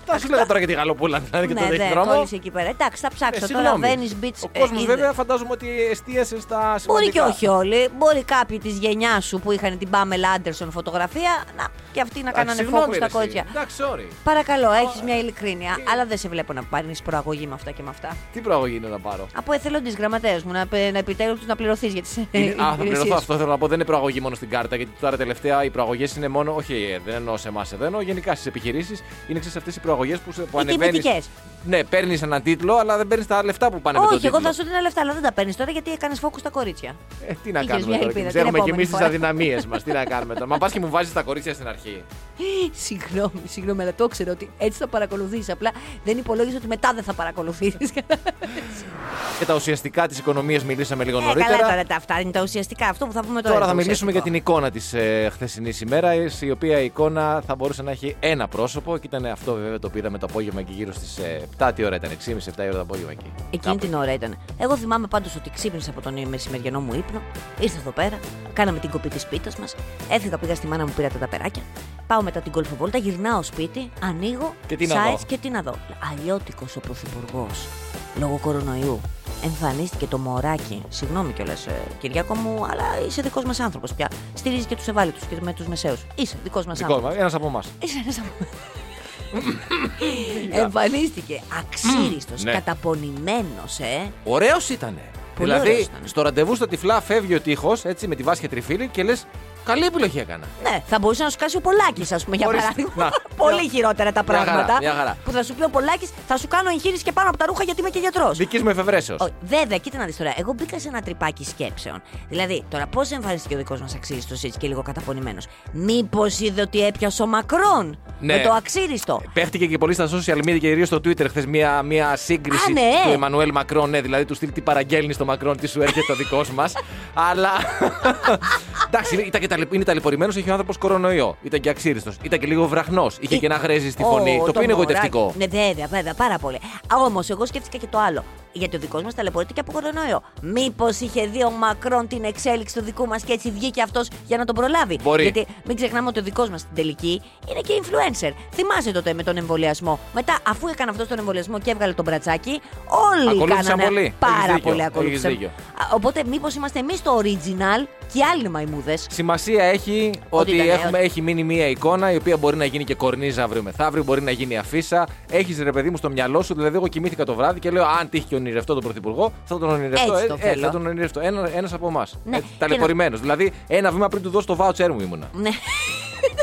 [SPEAKER 4] Τα σου λέγα τώρα για τη γαλοπούλα, δηλαδή και
[SPEAKER 3] ναι,
[SPEAKER 4] τον
[SPEAKER 3] δεν
[SPEAKER 4] δρόμο.
[SPEAKER 3] κόλλησε εκεί πέρα. Εντάξει, θα ψάξω
[SPEAKER 4] Ε,
[SPEAKER 3] τώρα.
[SPEAKER 4] συγγνώμη.
[SPEAKER 3] Venice Beach.
[SPEAKER 4] Ο
[SPEAKER 3] ε,
[SPEAKER 4] κόσμο
[SPEAKER 3] είδε.
[SPEAKER 4] βέβαια φαντάζομαι ότι εστίασε στα σημαντικά.
[SPEAKER 3] Μπορεί και όχι όλοι. Μπορεί κάποιοι της γενιάς σου που είχαν την Πάμελα Άντερσον φωτογραφία να και αυτοί να κάνανε
[SPEAKER 4] συγγνώμη,
[SPEAKER 3] φόκου
[SPEAKER 4] ρε,
[SPEAKER 3] στα
[SPEAKER 4] εσύ.
[SPEAKER 3] κότσια.
[SPEAKER 4] Εντάξει, sorry.
[SPEAKER 3] Παρακαλώ, έχεις μια ειλικρίνεια, αλλά δεν σε βλέπω να πάρει προαγωγή με αυτά και με αυτά.
[SPEAKER 4] Τι προαγωγή είναι να πάρω.
[SPEAKER 3] Από εθελοντή γραμματέας μου, να, πε- να επιτέλους να πληρωθείς για τι
[SPEAKER 4] Είναι- Α, θα πληρωθώ αυτό. Θέλω να πω, δεν είναι προαγωγή μόνο στην κάρτα. Γιατί τώρα τελευταία οι προαγωγές είναι μόνο. Όχι, ε, δεν εννοώ σε εμάς εδώ, εννοώ γενικά στις επιχειρήσεις. Είναι ξέρεις αυτές οι προαγωγέ που, σε- που
[SPEAKER 3] Οι
[SPEAKER 4] ανεβαίνεις-
[SPEAKER 3] τιμητικές.
[SPEAKER 4] Ναι, παίρνεις έναν τίτλο, αλλά δεν παίρνεις τα λεφτά που πάνε με τον
[SPEAKER 3] Όχι,
[SPEAKER 4] τίτλο.
[SPEAKER 3] εγώ θα σου δίνω λεφτά, αλλά δεν τα παίρνεις τώρα γιατί έκανες φόκου στα κορίτσια.
[SPEAKER 4] Ε, τι να
[SPEAKER 3] Είχες
[SPEAKER 4] κάνουμε
[SPEAKER 3] μια
[SPEAKER 4] τώρα.
[SPEAKER 3] ελπίδα, την
[SPEAKER 4] Ξέρουμε κι
[SPEAKER 3] επόμενη
[SPEAKER 4] εμείς τις
[SPEAKER 3] φορά.
[SPEAKER 4] αδυναμίες μας. Τι να κάνουμε τώρα. Μα πας και μου βάζεις τα κορίτσια στην αρχή.
[SPEAKER 3] Ε, Συγγνώμη, συγγνώμη, αλλά το ξέρω ότι έτσι θα παρακολουθήσει. Απλά δεν υπολόγιζες ότι μετά δεν θα παρακολουθήσει.
[SPEAKER 4] Και τα ουσιαστικά της οικονομίας μιλήσαμε λίγο
[SPEAKER 3] Ε, καλά
[SPEAKER 4] νωρίτερα.
[SPEAKER 3] τώρα τα αυτά είναι τα ουσιαστικά. Αυτό που θα πούμε τώρα.
[SPEAKER 4] Τώρα
[SPEAKER 3] είναι
[SPEAKER 4] θα
[SPEAKER 3] το
[SPEAKER 4] μιλήσουμε για την
[SPEAKER 3] ουσιαστικό.
[SPEAKER 4] εικόνα της ε, χθεσινής ημέρας, η οποία η εικόνα θα μπορούσε να έχει ένα πρόσωπο και ήταν αυτό βέβαια το οποίο είδαμε το απόγευμα εκεί γύρω στις 7 τι ώρα ήταν, 6.30-7 η ώρα το απόγευμα εκεί.
[SPEAKER 3] Εκείνη
[SPEAKER 4] Κάπου.
[SPEAKER 3] την ώρα ήταν. Εγώ θυμάμαι πάντως ότι ξύπνησα από τον μεσημεριανό μου ύπνο, ήρθα εδώ πέρα, κάναμε την κοπή της πίτα μας, έφυγα, πήγα στη μάνα μου, πήρα τα ταπεράκια, πάω μετά την κολφοβόλτα, γυρνάω σπίτι, ανοίγω,
[SPEAKER 4] Και τι να
[SPEAKER 3] sites
[SPEAKER 4] δω.
[SPEAKER 3] και τι να δω. Αλλιώτικος ο πρωθυπουργός, λόγω κορονοϊού, εμφανίστηκε το μωράκι. Συγγνώμη κιόλας, Κυριακό μου, αλλά είσαι δικός μας άνθρωπος πια. Στηρίζει και τους ευάλωτους και με τους μεσαίους. Είσαι δικός μας άνθρωπος.
[SPEAKER 4] Ένας από εμάς.
[SPEAKER 3] Είσαι ένας από- Εμφανίστηκε αξίριστος,
[SPEAKER 4] Ναι.
[SPEAKER 3] καταπονημένος, ε.
[SPEAKER 4] Ωραίος ήταν.
[SPEAKER 3] Πολύ
[SPEAKER 4] Δηλαδή,
[SPEAKER 3] ωραίος ήταν.
[SPEAKER 4] στο ραντεβού στα τυφλά φεύγει ο τείχος έτσι με τη βάσια τριφύλη και λες καλή επιλογή έκανα.
[SPEAKER 3] Ναι, θα μπορούσε να σου κάσει ο Πολάκης, ας πούμε, για
[SPEAKER 4] Ορίστε.
[SPEAKER 3] παράδειγμα.
[SPEAKER 4] Να.
[SPEAKER 3] [LAUGHS] Πολύ χειρότερα τα
[SPEAKER 4] Μια χαρά,
[SPEAKER 3] πράγματα.
[SPEAKER 4] μια χαρά.
[SPEAKER 3] Που θα σου πει ο Πολάκης, θα σου κάνω εγχείρηση και πάνω από τα ρούχα γιατί είμαι και γιατρός.
[SPEAKER 4] Δικής μου εφευρέσεως.
[SPEAKER 3] Ω, Βέβαια, κοίτα να δεις τώρα. Εγώ μπήκα σε ένα τρυπάκι σκέψεων. Δηλαδή, τώρα πώς εμφανίστηκε ο δικός μας αξίριστος έτσι και λίγο καταπονημένος. Μήπως είδε ότι έπιασε ο Μακρόν
[SPEAKER 4] Ναι.
[SPEAKER 3] με το αξίριστο.
[SPEAKER 4] Ε, Παίχτηκε και πολύ στα social media και κυρίως στο Twitter χθες μία, μία σύγκριση
[SPEAKER 3] Α, ναι.
[SPEAKER 4] του Εμμανουέλ Μακρόν. Ναι, δηλαδή του στείλει τι παραγγέλνει στο Μακρόν, τι σου έρχεται ο δικός
[SPEAKER 3] [LAUGHS]
[SPEAKER 4] μας. Αλλά. [LAUGHS] Εντάξει, είναι- ήταν και ταλαι- είναι ταλαιπωρημένος, έχει ο άνθρωπος κορονοϊό. Ήταν και αξίριστος. Ήταν και λίγο βραχνός. Είχε και ένα γρέζι στη
[SPEAKER 3] Ω,
[SPEAKER 4] φωνή. το οποίο είναι
[SPEAKER 3] Ε, μωράκι.
[SPEAKER 4] εγωιτευτικό.
[SPEAKER 3] Ναι, βέβαια, βέβαια, πάρα πολύ. Όμως, εγώ σκέφτηκα και το άλλο. Γιατί ο δικό μας ταλαιπωρήθηκε από κορονοϊό. Μήπως είχε δει ο Μακρόν την εξέλιξη του δικού μας και έτσι βγήκε αυτός για να τον προλάβει.
[SPEAKER 4] Μπορεί.
[SPEAKER 3] Γιατί μην ξεχνάμε ότι ο δικός μας στην τελική είναι και influencer. Θυμάσαι τότε με τον εμβολιασμό. Μετά, αφού έκανε αυτό τον εμβολιασμό και έβγαλε τον μπρατσάκι, όλοι
[SPEAKER 4] Ακολούθησαν
[SPEAKER 3] κάνανε
[SPEAKER 4] πολύ. Έχεις
[SPEAKER 3] πάρα
[SPEAKER 4] δίκιο.
[SPEAKER 3] πολύ ακολούθησαν.
[SPEAKER 4] Έχεις δίκιο.
[SPEAKER 3] Α, Οπότε, μήπως είμαστε εμείς το original και οι άλλοι μαϊμούδες.
[SPEAKER 4] Σημασία έχει ότι,
[SPEAKER 3] ήταν, ε,
[SPEAKER 4] έχουμε,
[SPEAKER 3] ότι-
[SPEAKER 4] έχει μείνει μία εικόνα η οποία μπορεί να γίνει και κορνίζα αύριο μεθαύριο, μπορεί να γίνει αφίσα. Έχεις ρε παιδί μου στο μυαλό σου, δηλαδή εγώ κοιμήθηκα το βράδυ και λέω: Αν τύχει και ονειρευτώ τον Πρωθυπουργό, θα τον ονειρευτώ.
[SPEAKER 3] Έτσι
[SPEAKER 4] ε,
[SPEAKER 3] το
[SPEAKER 4] ε,
[SPEAKER 3] θέλω.
[SPEAKER 4] θα τον ονειρευτώ. Ένα ένας από εμάς.
[SPEAKER 3] Ναι, και να-
[SPEAKER 4] Ταλαιπωρημένο. Δηλαδή, ένα βήμα πριν του δώσω το βάουτσερ μου ήμουνα.
[SPEAKER 3] Ναι.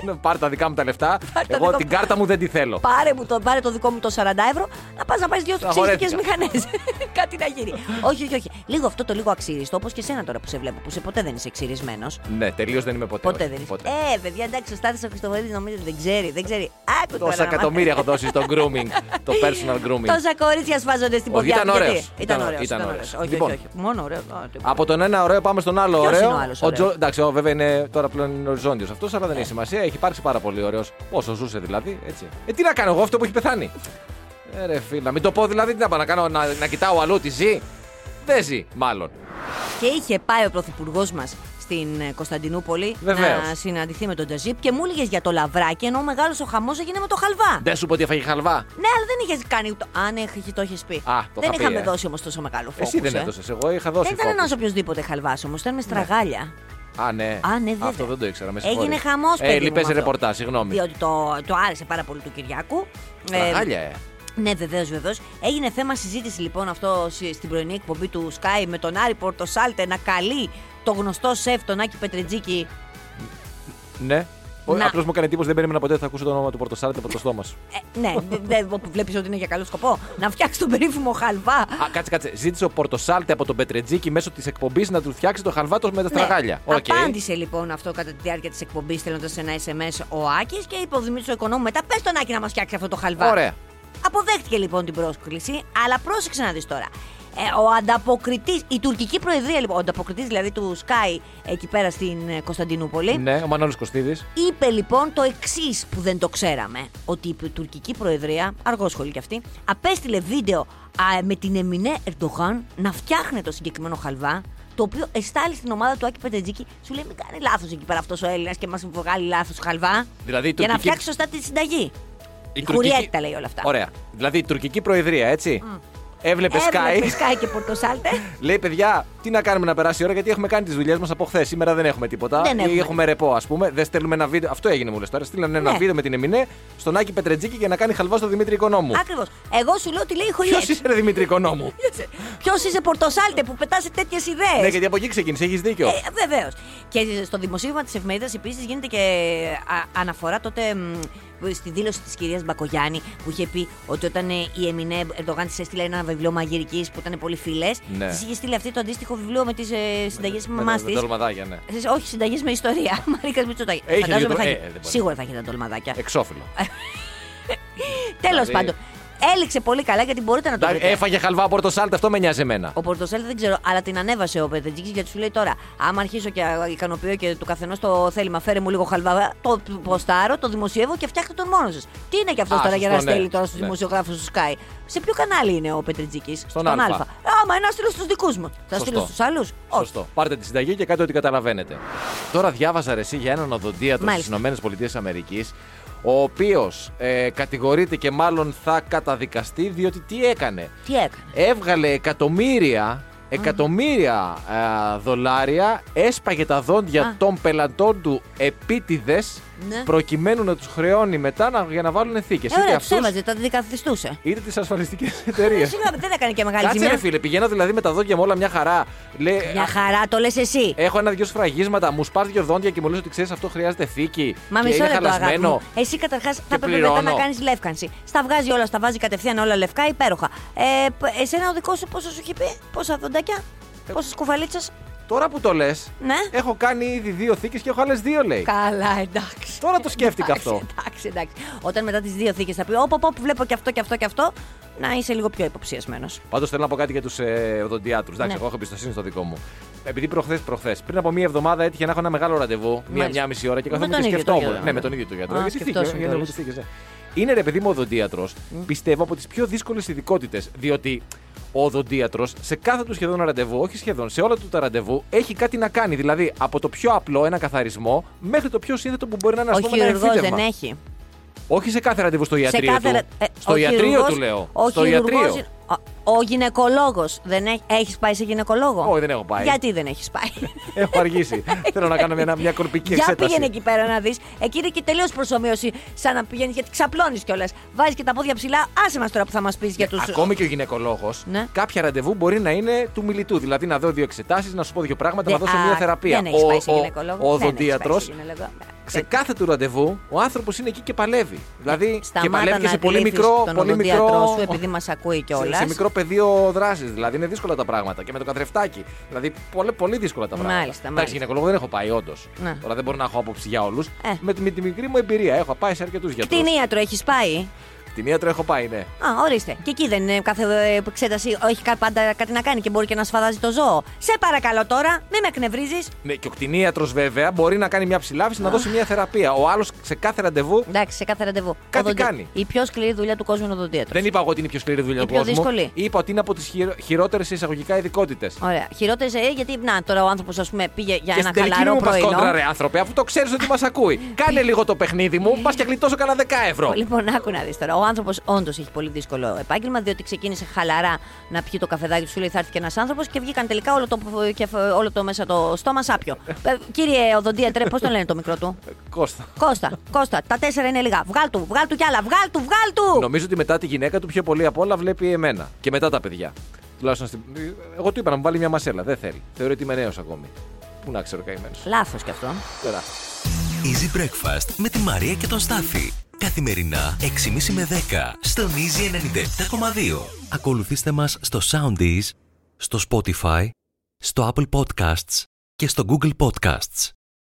[SPEAKER 4] Να Πάρε τα δικά μου τα λεφτά.
[SPEAKER 3] Πάρε τα
[SPEAKER 4] εγώ
[SPEAKER 3] δικά
[SPEAKER 4] την
[SPEAKER 3] μου.
[SPEAKER 4] κάρτα μου δεν τη θέλω.
[SPEAKER 3] Πάρε, μου το, πάρε το δικό μου το 40 ευρώ, να πας να πάρεις δύο ξύστικε
[SPEAKER 4] Αγορέθηκα.
[SPEAKER 3] μηχανές. [LAUGHS] Κάτι να γίνει. όχι, όχι, όχι. Λίγο αυτό το λίγο αξίριστο, όπως και σένα τώρα που σε βλέπω, που σε ποτέ δεν είσαι ξυρισμένο.
[SPEAKER 4] Ναι, τελείως δεν είμαι ποτέ.
[SPEAKER 3] Ποτέ
[SPEAKER 4] όχι,
[SPEAKER 3] δεν είσαι. Ε, παιδιά, εντάξει, ο Στάθης ο Χριστοφορίδη νομίζω δεν ξέρει. Δεν ξέρει. Άκου τώρα.
[SPEAKER 4] Τόσα
[SPEAKER 3] να μάθεις.
[SPEAKER 4] εκατομμύρια έχω δώσει στο grooming, το
[SPEAKER 3] [LAUGHS]
[SPEAKER 4] personal grooming.
[SPEAKER 3] Τόσα κορίτσια σφάζονται στην
[SPEAKER 4] Όχι,
[SPEAKER 3] ποδιά.
[SPEAKER 4] ήταν
[SPEAKER 3] του, γιατί.
[SPEAKER 4] ωραίος. Ήταν
[SPEAKER 3] Ήταν
[SPEAKER 4] ωραίος,
[SPEAKER 3] ωραίο.
[SPEAKER 4] ήταν
[SPEAKER 3] Ήταν
[SPEAKER 4] ωραίος.
[SPEAKER 3] ωραίος. Όχι,
[SPEAKER 4] Λοιπόν.
[SPEAKER 3] όχι, όχι. Μόνο ωραίο. ε, Α, τίποτα.
[SPEAKER 4] Από τον ένα ωραίο πάμε στον άλλο
[SPEAKER 3] Ποιος
[SPEAKER 4] ωραίο.
[SPEAKER 3] είναι ο άλλος
[SPEAKER 4] Ο
[SPEAKER 3] ωραίος?
[SPEAKER 4] Τζο- Εντάξει, ο, βέβαια είναι τώρα πλέον είναι οριζόντιος αυτός, αλλά δεν έχει σημασία. Έχει υπάρξει πάρα πολύ ωραίος. Όσο ζούσε δηλαδή. Έτσι. Ε, τι να κάνω εγώ αυτό που έχει πεθάνει. Ε, ρε φίλα, μην το πω δηλαδή τι να πάω να κάνω, να, να κοιτάω αλλού τι ζει. Δεν ζει, μάλλον.
[SPEAKER 3] Και είχε πάει ο πρωθυπουργός μας στην ε, Κωνσταντινούπολη
[SPEAKER 4] Βεβαίως.
[SPEAKER 3] να συναντηθεί με τον Τζαζίπ και μου έλεγες για το λαβράκι, ενώ ο μεγάλος ο χαμός έγινε με το χαλβά.
[SPEAKER 4] Δεν σου πω ότι έφαγε χαλβά.
[SPEAKER 3] Ναι, αλλά δεν είχες κάνει ούτε. Α, ναι, είχε- το έχει πει.
[SPEAKER 4] Α, το
[SPEAKER 3] δεν
[SPEAKER 4] είχα πει,
[SPEAKER 3] είχαμε
[SPEAKER 4] ε.
[SPEAKER 3] δώσει όμως τόσο μεγάλο φόβο.
[SPEAKER 4] Εσύ δεν έδωσες, εγώ είχα δώσει.
[SPEAKER 3] Δεν ήταν
[SPEAKER 4] φόκους.
[SPEAKER 3] ένα οποιοδήποτε χαλβάς όμως, ήταν με στραγάλια.
[SPEAKER 4] Α, ναι.
[SPEAKER 3] Α, ναι, βέβαια.
[SPEAKER 4] Αυτό δεν το ήξερα. Με
[SPEAKER 3] Έγινε
[SPEAKER 4] συγχωρείς.
[SPEAKER 3] χαμός
[SPEAKER 4] Ε, λυπέ ρεπορτάζ, συγγνώμη.
[SPEAKER 3] Διότι το, το άρεσε πάρα πολύ του Κυριάκου. Ε,
[SPEAKER 4] Τραγάλια, ε.
[SPEAKER 3] ναι, βεβαίως, βεβαίως. Έγινε θέμα συζήτηση λοιπόν αυτό σι- στην πρωινή εκπομπή του Sky με τον Άρη Πορτοσάλτε να καλεί το γνωστό σεφ τον Άκη Πετρετζίκη.
[SPEAKER 4] Ναι.
[SPEAKER 3] Να.
[SPEAKER 4] Απλώς μου έκανε εντύπωση, δεν περίμενα ποτέ ότι θα ακούσω το όνομα του Πορτοσάλτε από το στόμα σου.
[SPEAKER 3] Ε, ναι, δε- δε- βλέπεις ότι είναι για καλό σκοπό. Να φτιάξει τον περίφημο χαλβά.
[SPEAKER 4] Α, κάτσε, κάτσε. Ζήτησε ο Πορτοσάλτε από τον Πετρετζίκη μέσω της εκπομπής να του φτιάξει το χαλβάτο με τα στραγάλια.
[SPEAKER 3] Ναι.
[SPEAKER 4] Οκ.
[SPEAKER 3] Απάντησε λοιπόν αυτό κατά τη διάρκεια της εκπομπής, στέλνοντας ένα SMS ο Άκης και είπε ο Δημήτρης ο Οικονόμου μετά, πες τον Άκη να μας φτιάξει αυτό το χαλβά.
[SPEAKER 4] Ωραία.
[SPEAKER 3] Αποδέχτηκε λοιπόν την πρόσκληση, αλλά πρόσεξε να δεις τώρα. Ε, ο ανταποκριτής, η τουρκική προεδρία, λοιπόν, ο ανταποκριτής δηλαδή του Sky εκεί πέρα στην ε, Κωνσταντινούπολη,
[SPEAKER 4] Ναι, ο Μανώλης Κωστίδης.
[SPEAKER 3] είπε λοιπόν το εξής που δεν το ξέραμε. Ότι η τουρκική προεδρία, αργόσχολη κι αυτή, απέστειλε βίντεο α, με την Εμινέ Ερντογάν να φτιάχνει το συγκεκριμένο χαλβά. Το οποίο εστάλει στην ομάδα του Άκη Πεντετζίκη, σου λέει: Μην κάνει λάθος εκεί πέρα αυτός ο Έλληνας και μας βγάλει λάθος χαλβά.
[SPEAKER 4] Δηλαδή, η
[SPEAKER 3] για να
[SPEAKER 4] τουρκική-
[SPEAKER 3] φτιάξει σωστά τη συνταγή. Η, Χουριέτη τα λέει όλα αυτά.
[SPEAKER 4] Ωραία. Δηλαδή η τουρκική προεδρία, έτσι. Έβλεπε Sky.
[SPEAKER 3] Έβλεπε Sky και πορτοσάλτε.
[SPEAKER 4] [LAUGHS] Λέει, παιδιά, τι να κάνουμε να περάσει η ώρα, γιατί έχουμε κάνει τις δουλειές μας από χθες. Σήμερα δεν έχουμε τίποτα.
[SPEAKER 3] Δεν
[SPEAKER 4] Ή
[SPEAKER 3] έχουμε.
[SPEAKER 4] έχουμε ρεπό, ας πούμε. Δεν στέλνουμε ένα βίντεο. Αυτό έγινε μου λε τώρα. Στείλανε ένα
[SPEAKER 3] Ναι.
[SPEAKER 4] βίντεο με την Εμινέ στον Άκη Πετρετζίκη για να κάνει χαλβά στο Δημήτρη Οικονόμου.
[SPEAKER 3] Ακριβώς. Εγώ σου λέω ότι λέει η
[SPEAKER 4] Ποιο
[SPEAKER 3] Χολιέ.
[SPEAKER 4] είσαι, ρε Δημήτρη Οικονόμου.
[SPEAKER 3] Ποιος είσαι πορτοσάλτε που πετάς τέτοιες ιδέες.
[SPEAKER 4] ναι, γιατί από εκεί ξεκίνησε, έχεις δίκιο.
[SPEAKER 3] Ε, Βεβαίως. Και στο δημοσίευμα της εφημερίδας επίσης γίνεται και ε, α- αναφορά τότε μ, στη δήλωση της κυρίας Μπακογιάννη που είχε πει ότι όταν ε, η Εμινέ Ερντογάν της έστειλε ένα βιβλίο μαγειρικής που ήταν πολύ φιλές,
[SPEAKER 4] Ναι.
[SPEAKER 3] της είχε στείλει αυτή το αντίστοιχο βιβλίο με τις ε, συνταγές τη
[SPEAKER 4] Με
[SPEAKER 3] μαμά
[SPEAKER 4] τα-
[SPEAKER 3] της.
[SPEAKER 4] τα ντολμαδάκια, ναι.
[SPEAKER 3] Ε, Όχι, συνταγές με ιστορία. [LAUGHS] Μαρίκας Μητσοτάκη.
[SPEAKER 4] Έχει
[SPEAKER 3] Φαντάζομαι
[SPEAKER 4] λίγο-
[SPEAKER 3] θα
[SPEAKER 4] ε,
[SPEAKER 3] είχε-
[SPEAKER 4] δεν μπορεί.
[SPEAKER 3] Σίγουρα θα είχε τα τολμαδάκια.
[SPEAKER 4] Εξώφυλλο.
[SPEAKER 3] Τέλος
[SPEAKER 4] Δηλαδή- ε,
[SPEAKER 3] πάντων. Έληξε πολύ καλά γιατί μπορείτε να το
[SPEAKER 4] Εντάξει,
[SPEAKER 3] βρείτε.
[SPEAKER 4] Έφαγε χαλβά από το σάλτ, αυτό με νοιάζει εμένα.
[SPEAKER 3] Ο Πορτοσέλ δεν ξέρω, αλλά την ανέβασε ο Πετρετζίκη γιατί σου λέει τώρα: Άμα αρχίσω και α, ικανοποιώ και του καθενός το θέλημα, φέρε μου λίγο χαλβά, το ποστάρω, το δημοσιεύω και φτιάχτε τον μόνος σας. Τι είναι και αυτός
[SPEAKER 4] Α,
[SPEAKER 3] τώρα για να
[SPEAKER 4] σωστό, ναι.
[SPEAKER 3] στέλνει τώρα στου
[SPEAKER 4] Ναι.
[SPEAKER 3] δημοσιογράφους του Sky. Σε ποιο κανάλι είναι ο Πετρετζίκη,
[SPEAKER 4] Α.
[SPEAKER 3] Α. Άμα είναι, να στείλω στους δικούς μου. Θα
[SPEAKER 4] Σωστό.
[SPEAKER 3] στείλω στους άλλους. Όχι.
[SPEAKER 4] Σωστό. Πάρτε τη συνταγή και κάντε ό,τι καταλαβαίνετε. Τώρα διάβαζα ρε, εσύ για έναν οδοντίατρο στι
[SPEAKER 3] Μάλιστα.
[SPEAKER 4] ΗΠΑ, ο οποίος ε, κατηγορείται και μάλλον θα καταδικαστεί διότι τι έκανε.
[SPEAKER 3] Τι
[SPEAKER 4] Ε,
[SPEAKER 3] έκανε.
[SPEAKER 4] Έβγαλε εκατομμύρια, εκατομμύρια ε, δολάρια, έσπαγε τα δόντια
[SPEAKER 3] Α.
[SPEAKER 4] των πελατών του επίτηδες
[SPEAKER 3] Ναι.
[SPEAKER 4] προκειμένου να τους χρεώνει μετά να, για να βάλουν θήκε.
[SPEAKER 3] Ε, ωραία, του έβαζε, τα δικαθιστούσε.
[SPEAKER 4] είτε τις ασφαλιστικές εταιρείες.
[SPEAKER 3] Συγγνώμη, δεν έκανε και μεγάλη
[SPEAKER 4] Ε, Κάτσε ρε
[SPEAKER 3] ζημιά.
[SPEAKER 4] φίλε, πηγαίνω δηλαδή με τα δόντια μου όλα μια χαρά. Λέει,
[SPEAKER 3] Μια χαρά, το λες εσύ.
[SPEAKER 4] Έχω ένα-δυο σφραγίσματα, μου σπάς δύο δόντια και μου λες ότι ξέρεις αυτό χρειάζεται θήκη.
[SPEAKER 3] Μα
[SPEAKER 4] και
[SPEAKER 3] μισό
[SPEAKER 4] είναι
[SPEAKER 3] λεπτό, αγάπη
[SPEAKER 4] χαλασμένο.
[SPEAKER 3] μου. Ε, Εσύ καταρχάς θα πρέπει
[SPEAKER 4] πληρώνω.
[SPEAKER 3] μετά να κάνεις λεύκανση. Στα βγάζει όλα, στα βάζει κατευθείαν όλα λευκά, υπέροχα. Ε, π- εσένα ο δικός σου πόσο σου έχει πει, πόσα δοντάκια, πόσες κουβαλίτσες.
[SPEAKER 4] Τώρα που το λες,
[SPEAKER 3] Ναι.
[SPEAKER 4] έχω κάνει ήδη δύο θήκες και έχω άλλες δύο λέει.
[SPEAKER 3] Καλά, εντάξει.
[SPEAKER 4] Τώρα το σκέφτηκα
[SPEAKER 3] Εντάξει,
[SPEAKER 4] αυτό.
[SPEAKER 3] Εντάξει, εντάξει. Όταν μετά τις δύο θήκες θα πει, Όπα, όπα, βλέπω και αυτό και αυτό και αυτό, να είσαι λίγο πιο υποψιασμένος.
[SPEAKER 4] Πάντως θέλω να πω κάτι για τους ε, οδοντιάτρους. Εντάξει,
[SPEAKER 3] Ναι.
[SPEAKER 4] εγώ έχω εμπιστοσύνη στο δικό μου. Επειδή προχθές, προχθές, πριν από μία εβδομάδα έτυχε να έχω ένα μεγάλο ραντεβού, μία,
[SPEAKER 3] Μάλιστα.
[SPEAKER 4] μία μισή ώρα και
[SPEAKER 3] Με τον
[SPEAKER 4] καθόμουν και
[SPEAKER 3] ίδιο το
[SPEAKER 4] σκεφτόμουν.
[SPEAKER 3] γιατρό,
[SPEAKER 4] Ναι,
[SPEAKER 3] ναι.
[SPEAKER 4] με τον ίδιο το γιατρό.
[SPEAKER 3] Α,
[SPEAKER 4] Γιατί θήκε,
[SPEAKER 3] σκεφτόσουν
[SPEAKER 4] για να
[SPEAKER 3] κιόλας.
[SPEAKER 4] τις θήκες, ναι. Είναι ρε παιδί μου οδοντίατρο, πιστεύω από τις πιο δύσκολες ειδικότητες. Διότι ο οδοντίατρος σε κάθε του σχεδόν ραντεβού, όχι σχεδόν, σε όλα του τα ραντεβού έχει κάτι να κάνει. Δηλαδή από το πιο απλό ένα καθαρισμό μέχρι το πιο σύνθετο που μπορεί να είναι ας
[SPEAKER 3] Ο
[SPEAKER 4] πούμε, ένα
[SPEAKER 3] χειρουργός δεν
[SPEAKER 4] εμφύτευμα.
[SPEAKER 3] έχει.
[SPEAKER 4] Όχι σε κάθε ραντεβού στο ιατρείο.
[SPEAKER 3] κάθε
[SPEAKER 4] του.
[SPEAKER 3] ρα- ε,
[SPEAKER 4] Στο
[SPEAKER 3] ο
[SPEAKER 4] ιατρείο
[SPEAKER 3] χειρουργός-
[SPEAKER 4] του λέω.
[SPEAKER 3] Ο
[SPEAKER 4] Στο
[SPEAKER 3] χειρουργός
[SPEAKER 4] ιατρείο.
[SPEAKER 3] είναι- Ο, ο γυναικολόγος δεν έχει. Έχεις πάει σε γυναικολόγο.
[SPEAKER 4] Όχι, δεν έχω πάει.
[SPEAKER 3] Γιατί δεν έχεις πάει.
[SPEAKER 4] Έχω αργήσει. Θέλω να κάνω μια, μια κορπική
[SPEAKER 3] Για
[SPEAKER 4] εξέταση.
[SPEAKER 3] πήγαινε εκεί πέρα να δεις. Εκεί είναι και τελείως προσωμείωση. Σαν να πηγαίνεις γιατί ξαπλώνεις κιόλας. Βάζεις και τα πόδια ψηλά. Άσε μας τώρα που θα μας πεις για του.
[SPEAKER 4] Ε, Ακόμη και ο γυναικολόγος,
[SPEAKER 3] Ναι.
[SPEAKER 4] κάποια ραντεβού μπορεί να είναι του μιλητού. Δηλαδή να δω δύο εξετάσεις, να σου πω δύο πράγματα,
[SPEAKER 3] Δε-
[SPEAKER 4] να δώσω μια
[SPEAKER 3] α,
[SPEAKER 4] θεραπεία.
[SPEAKER 3] Δεν έχεις πάει σε
[SPEAKER 4] ο,
[SPEAKER 3] γυναικολόγο.
[SPEAKER 4] ο, ο
[SPEAKER 3] Δεν έχεις πάει σε
[SPEAKER 4] οδοντίατρος,
[SPEAKER 3] γυναικολόγο. Ε,
[SPEAKER 4] σε κάθε του ραντεβού, ο άνθρωπος είναι εκεί και παλεύει. Δηλαδή και
[SPEAKER 3] Σταμάτα
[SPEAKER 4] παλεύει και
[SPEAKER 3] να
[SPEAKER 4] σε πολύ
[SPEAKER 3] γλύφεις
[SPEAKER 4] μικρό.
[SPEAKER 3] τον
[SPEAKER 4] πολύ
[SPEAKER 3] οδοντίατρό
[SPEAKER 4] μικρό
[SPEAKER 3] σου επειδή μας ακούει
[SPEAKER 4] σε,
[SPEAKER 3] κιόλας.
[SPEAKER 4] σε μικρό πεδίο δράσης. Δηλαδή είναι δύσκολα τα πράγματα. Και με το καθρεφτάκι. Δηλαδή πολύ, πολύ δύσκολα τα πράγματα.
[SPEAKER 3] Μάλιστα,
[SPEAKER 4] Εντάξει,
[SPEAKER 3] μάλιστα.
[SPEAKER 4] γυναικολόγο δεν έχω πάει, όντως.
[SPEAKER 3] Ναι.
[SPEAKER 4] Τώρα δεν μπορώ να έχω άποψη για όλους.
[SPEAKER 3] Ε.
[SPEAKER 4] Με, τη- με τη μικρή μου εμπειρία έχω πάει σε αρκετούς γιατρούς.
[SPEAKER 3] Κτηνίατρο έχεις πάει.
[SPEAKER 4] Την ιατρο έχω πάει, ναι.
[SPEAKER 3] Α, ορίστε. Και εκεί δεν είναι κάθε ε, εξέταση. Έχει κα- πάντα κάτι να κάνει και μπορεί και να σφαδάζει το ζώο. Σε παρακαλώ τώρα, μη με εκνευρίζεις.
[SPEAKER 4] Ναι, και ο κτηνίατρος βέβαια μπορεί να κάνει μια ψηλάβηση, να δώσει μια θεραπεία. Ο άλλος σε κάθε ραντεβού.
[SPEAKER 3] Εντάξει, σε κάθε ραντεβού.
[SPEAKER 4] Κάτι
[SPEAKER 3] Οδοντι-
[SPEAKER 4] κάνει.
[SPEAKER 3] Η πιο σκληρή δουλειά του κόσμου είναι ο οδοντίατρος.
[SPEAKER 4] Δεν είπα εγώ ότι είναι η πιο σκληρή δουλειά
[SPEAKER 3] Η
[SPEAKER 4] του
[SPEAKER 3] πιο
[SPEAKER 4] κόσμου.
[SPEAKER 3] δύσκολη.
[SPEAKER 4] Είπα ότι είναι από τις χειρότερε εισαγωγικά ειδικότητες.
[SPEAKER 3] Ωραία. Χειρότερες ε, γιατί να, τώρα ο άνθρωπος, ας πούμε, πήγε για ένα
[SPEAKER 4] Και στην τελική
[SPEAKER 3] χαλαρό
[SPEAKER 4] μου πα
[SPEAKER 3] πρωινό.
[SPEAKER 4] κόντρα, ρε άνθρωπε, αφού το ξέρεις ότι μας ακούει. Κάνε λίγο το παιχνίδι μου, πας και γλιτώσω κανένα 10 ευρώ.
[SPEAKER 3] Λοιπόν, άκου να δεις τώρα. Ο άνθρωπος όντως έχει πολύ δύσκολο επάγγελμα, διότι ξεκίνησε χαλαρά να πιει το καφεδάκι του. Σου λέει θα έρθει και ένας άνθρωπος και βγήκαν τελικά όλο το, κεφ- όλο το μέσα το στόμα σάπιο. Ε, Κύριε Οδοντίατρε, πώ τον λένε το μικρό
[SPEAKER 4] [LAUGHS]
[SPEAKER 3] του.
[SPEAKER 4] Κώστα.
[SPEAKER 3] Κώστα, Κώστα, τα τέσσερα είναι λίγα. Βγάλ του, βγάλ του κι άλλα, βγάλ του, βγάλ του!
[SPEAKER 4] Νομίζω ότι μετά τη γυναίκα του πιο πολύ απ' όλα βλέπει εμένα. Και μετά τα παιδιά. Τουλάχιστον στην. ε, Εγώ του είπα να μου βάλει μια μασέλα. Δεν θέλει. Θεωρεί ότι είμαι νέος ακόμη. Πού να ξέρω καημένος.
[SPEAKER 3] Λάθος κι αυτό.
[SPEAKER 2] Easy Breakfast με τη Μαρία και τον Στάφη. Καθημερινά 6.30 με 10 στον Easy 97.2. Ακολουθήστε μας στο Soundees, στο Spotify, στο Apple Podcasts και στο Google Podcasts.